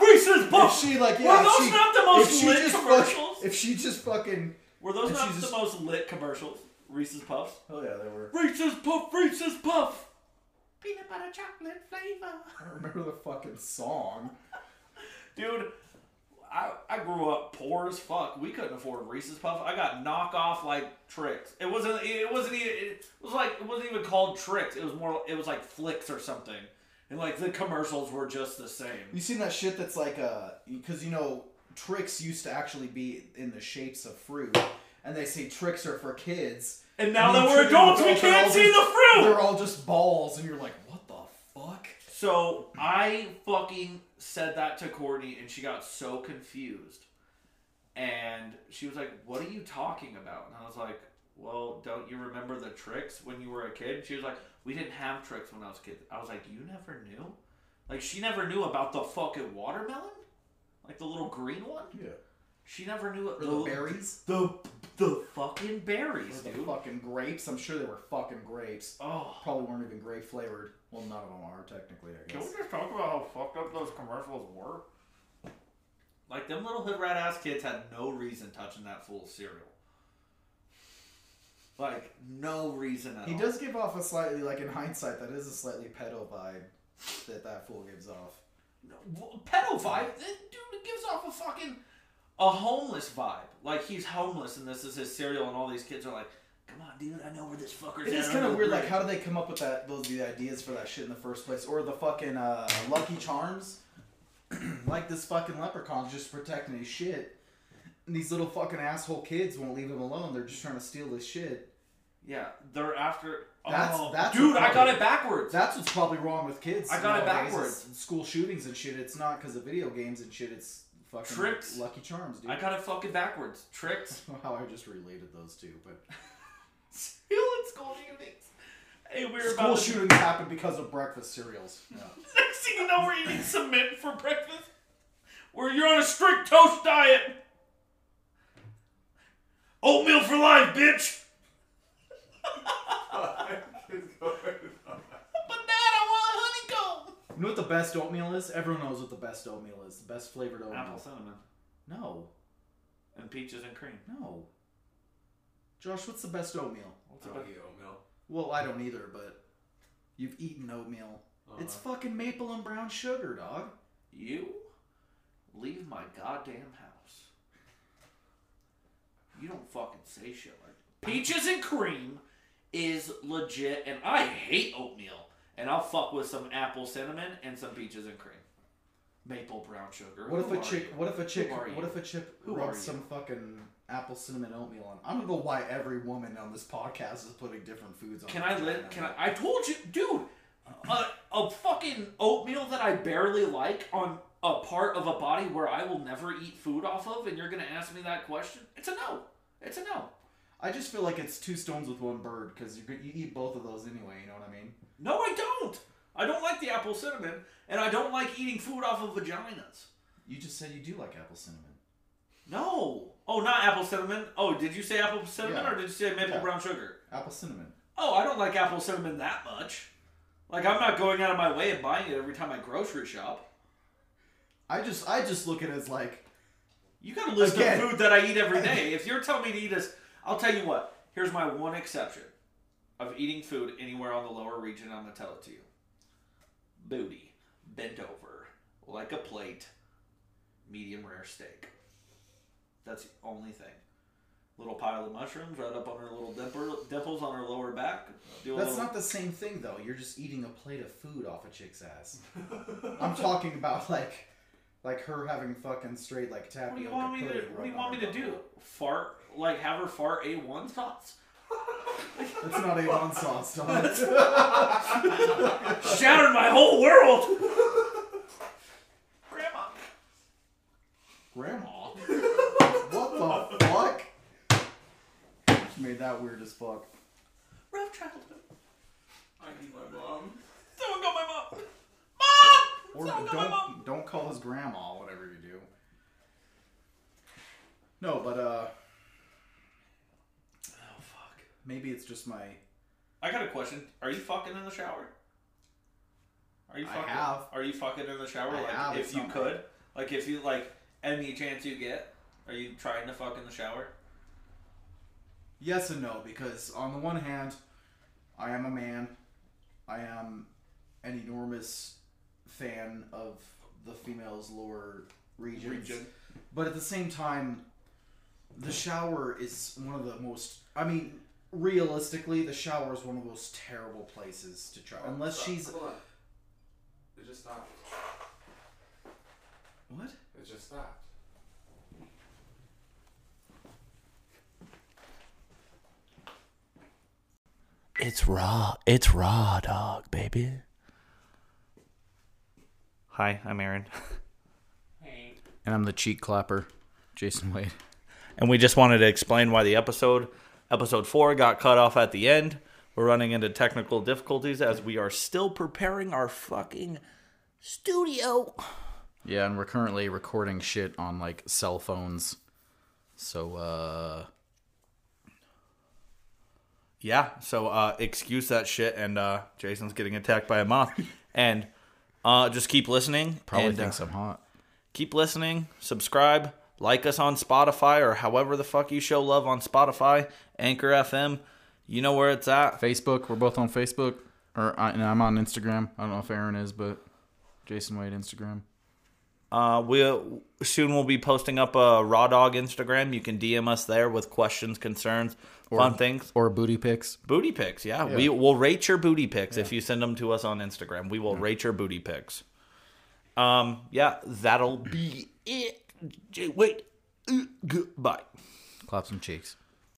Speaker 1: Reese's
Speaker 3: If
Speaker 1: Puffs.
Speaker 3: she like,
Speaker 1: Were
Speaker 3: yeah. if
Speaker 1: those
Speaker 3: she-
Speaker 1: not the most
Speaker 3: if she
Speaker 1: lit
Speaker 3: just fuck-
Speaker 1: commercials?
Speaker 3: if she just fucking,
Speaker 1: Were those
Speaker 3: And
Speaker 1: not
Speaker 3: she's
Speaker 1: the
Speaker 3: just-
Speaker 1: most lit commercials? Reese's Puffs.
Speaker 3: oh yeah, they were.
Speaker 1: Reese's Puff, Reese's Puff. Peanut butter chocolate flavor.
Speaker 3: I don't remember the fucking song.
Speaker 1: Dude, I, I grew up poor as fuck. We couldn't afford Reese's Puff. I got knockoff like tricks. It wasn't. It wasn't even. It was like it wasn't even called tricks. It was more. It was like flicks or something. And like the commercials were just the same.
Speaker 3: You seen that shit that's like uh because you know tricks used to actually be in the shapes of fruit, and they say tricks are for kids.
Speaker 1: And now
Speaker 3: And
Speaker 1: that
Speaker 3: you
Speaker 1: we're
Speaker 3: trick
Speaker 1: adults, we
Speaker 3: yourself, they're
Speaker 1: can't
Speaker 3: all
Speaker 1: see the
Speaker 3: just-
Speaker 1: fruit.
Speaker 3: They're all just balls, and you're like, what the fuck?
Speaker 1: So I fucking said that to Courtney, and she got so confused. And she was like, What are you talking about? And I was like, Well, don't you remember the tricks when you were a kid? She was like, We didn't have tricks when I was a kid. I was like, You never knew? Like, she never knew about the fucking watermelon? Like the little green one?
Speaker 3: Yeah.
Speaker 1: She never knew
Speaker 3: Or the berries.
Speaker 1: The, the fucking
Speaker 3: Or
Speaker 1: berries,
Speaker 3: the
Speaker 1: dude.
Speaker 3: fucking grapes. I'm sure they were fucking grapes.
Speaker 1: Oh.
Speaker 3: Probably weren't even grape flavored. Well, none of them are technically, I
Speaker 1: Can we
Speaker 3: guess.
Speaker 1: just talk about how fucked up those commercials were? Like them little hood rat ass kids had no reason touching that fool cereal. Like no reason at
Speaker 3: He
Speaker 1: all.
Speaker 3: does give off a slightly, like in hindsight, that is a slightly pedo vibe that that fool gives off.
Speaker 1: W- pedo vibe. That dude gives off a fucking a homeless vibe. Like he's homeless and this is his cereal, and all these kids are like, "Come on, dude, I know where this fucker's at
Speaker 3: It is
Speaker 1: under
Speaker 3: kind of
Speaker 1: the
Speaker 3: weird. Like,
Speaker 1: bridge."
Speaker 3: how do they come up with that? Those the ideas for that shit in the first place, or the fucking uh, Lucky Charms? like this fucking leprechaun's just protecting his shit, and these little fucking asshole kids won't leave him alone. They're just trying to steal his shit.
Speaker 1: yeah, they're after.
Speaker 3: That's-
Speaker 1: oh,
Speaker 3: that's
Speaker 1: dude,
Speaker 3: a
Speaker 1: I got
Speaker 3: problem.
Speaker 1: it backwards.
Speaker 3: That's what's probably wrong with kids.
Speaker 1: I got it
Speaker 3: nowadays,
Speaker 1: backwards.
Speaker 3: is School shootings and shit. It's not because of video games and shit. It's fucking
Speaker 1: Tricks.
Speaker 3: Lucky Charms, dude.
Speaker 1: I got it fucking backwards. Tricks.
Speaker 3: don't know how I just related those two, but
Speaker 1: Still in school shootings. Hey, we were
Speaker 3: school
Speaker 1: about to
Speaker 3: shootings happen because of breakfast cereals.
Speaker 1: Next thing you know, we're eating cement for breakfast. Where you're on a strict toast diet. Oatmeal for life, bitch. But dad, I want honeycomb.
Speaker 3: You know what the best oatmeal is? Everyone knows what the best oatmeal is. The best flavored oatmeal.
Speaker 1: Apple cinnamon
Speaker 3: No,
Speaker 1: and peaches and cream.
Speaker 3: no. Josh, what's the best oatmeal?
Speaker 1: What's
Speaker 2: I
Speaker 1: it
Speaker 2: don't
Speaker 1: about?
Speaker 2: eat oatmeal.
Speaker 3: Well, I don't either, but you've eaten oatmeal.
Speaker 1: Uh-huh.
Speaker 3: It's
Speaker 2: Uh,
Speaker 3: fucking maple and brown sugar, dog.
Speaker 1: You leave my goddamn house. You don't fucking say shit like Peaches and cream is legit, and I hate oatmeal. And I'll fuck with some apple cinnamon and some peaches and cream. Maple brown sugar.
Speaker 3: What if
Speaker 1: Who
Speaker 3: a
Speaker 1: are
Speaker 3: chick?
Speaker 1: you?
Speaker 3: What if a chick?
Speaker 1: Who are
Speaker 3: What
Speaker 1: you?
Speaker 3: if a chip
Speaker 1: Who
Speaker 3: rubs
Speaker 1: are you?
Speaker 3: some fucking apple cinnamon oatmeal on? I don't know why every woman on this podcast is putting different foods on.
Speaker 1: Can
Speaker 3: their
Speaker 1: I live?
Speaker 3: vagina.
Speaker 1: Can I? I told you, dude. A, a fucking oatmeal that I barely like on a part of a body where I will never eat food off of, and you're gonna ask me that question? It's a no. It's a no.
Speaker 3: I just feel like it's two stones with one bird because you you eat both of those anyway. You know what I mean?
Speaker 1: No, I don't. I don't like the apple cinnamon, and I don't like eating food off of vaginas.
Speaker 3: You just said you do like apple cinnamon.
Speaker 1: No. Oh, not apple cinnamon. Oh, did you say apple cinnamon
Speaker 3: Yeah.
Speaker 1: or did you say maple
Speaker 3: Yeah.
Speaker 1: brown sugar?
Speaker 3: Apple cinnamon.
Speaker 1: Oh, I don't like apple cinnamon that much. Like I'm not going out of my way and buying it every time I grocery shop.
Speaker 3: I just I just look at it as like
Speaker 1: You got a list
Speaker 3: Again.
Speaker 1: of food that I eat every day. if you're telling me to eat this, I'll tell you what. Here's my one exception of eating food anywhere on the lower region. I'm gonna tell it to you. Booty bent over like a plate, medium rare steak. That's the only thing. Little pile of mushrooms right up on her little dimple, dimples on her lower back. Do a
Speaker 3: that's
Speaker 1: little-
Speaker 3: not the same thing though. You're just eating a plate of food off a chick's ass. I'm talking about like like her having fucking straight like tapping.
Speaker 1: What do you want
Speaker 3: like a
Speaker 1: me to?
Speaker 3: pudding
Speaker 1: What do you
Speaker 3: right
Speaker 1: want me
Speaker 3: on
Speaker 1: to
Speaker 3: her
Speaker 1: do? Fart? Like have her fart a one sauce?
Speaker 3: butthole. That's not a on sauce, dog.
Speaker 1: Shattered my whole world. Grandma.
Speaker 3: Grandma. what the fuck? You made that weird as fuck.
Speaker 1: Rough childhood.
Speaker 2: I need Oh, my mom.
Speaker 1: Someone got my mom. Mom.
Speaker 3: Or
Speaker 1: Someone got my mom.
Speaker 3: don't don't call us grandma, whatever you do. No, but uh
Speaker 1: Oh fuck.
Speaker 3: maybe it's just my
Speaker 1: I got a question. Are you fucking in the shower? Are you
Speaker 3: I
Speaker 1: fucking?
Speaker 3: have.
Speaker 1: Are you fucking in the shower?
Speaker 3: I
Speaker 1: like
Speaker 3: have,
Speaker 1: if
Speaker 3: it's
Speaker 1: you
Speaker 3: not
Speaker 1: could, like if you like any chance you get, are you trying to fuck in the shower?
Speaker 3: Yes and no, because on the one hand, I am a man. I am an enormous fan of the female's lower regions.
Speaker 1: Region.
Speaker 3: But at the same time, the shower is one of the most. I mean, realistically, the shower is one of the most terrible places to try. Unless
Speaker 2: Stop.
Speaker 3: she's.
Speaker 2: Hold on. It just stopped.
Speaker 3: What?
Speaker 2: It just stopped.
Speaker 4: It's raw. It's raw Ah, dog, baby. Hi, I'm Aaron.
Speaker 3: And I'm the cheek clapper, Jason Wade.
Speaker 4: And we just wanted to explain why the episode episode 4 got cut off at the end. We're running into technical difficulties as we are still preparing our fucking studio.
Speaker 3: Yeah, and we're currently recording shit on like cell phones. So, uh.
Speaker 4: Yeah, so uh excuse that shit and uh Jason's getting attacked by a moth and uh just keep listening. and, uh,
Speaker 3: I'm hot.
Speaker 4: keep listening, subscribe, like us on Spotify or however the fuck you show love on Spotify, Anchor FM. You know where it's at.
Speaker 3: Facebook. We're both on Facebook, or I, and I'm on Instagram. I don't know if Aaron is, but Jason Wade Instagram.
Speaker 4: Uh, we'll soon we'll be posting up a raw dog Instagram. You can DM us there with questions, concerns, fun things,
Speaker 3: or booty pics.
Speaker 4: booty pics. Yeah, we will rate your booty pics if you send them to us on Instagram. We will rate your booty pics. Um, yeah, that'll be it. J- Wait, Uh, goodbye.
Speaker 3: Clap some cheeks.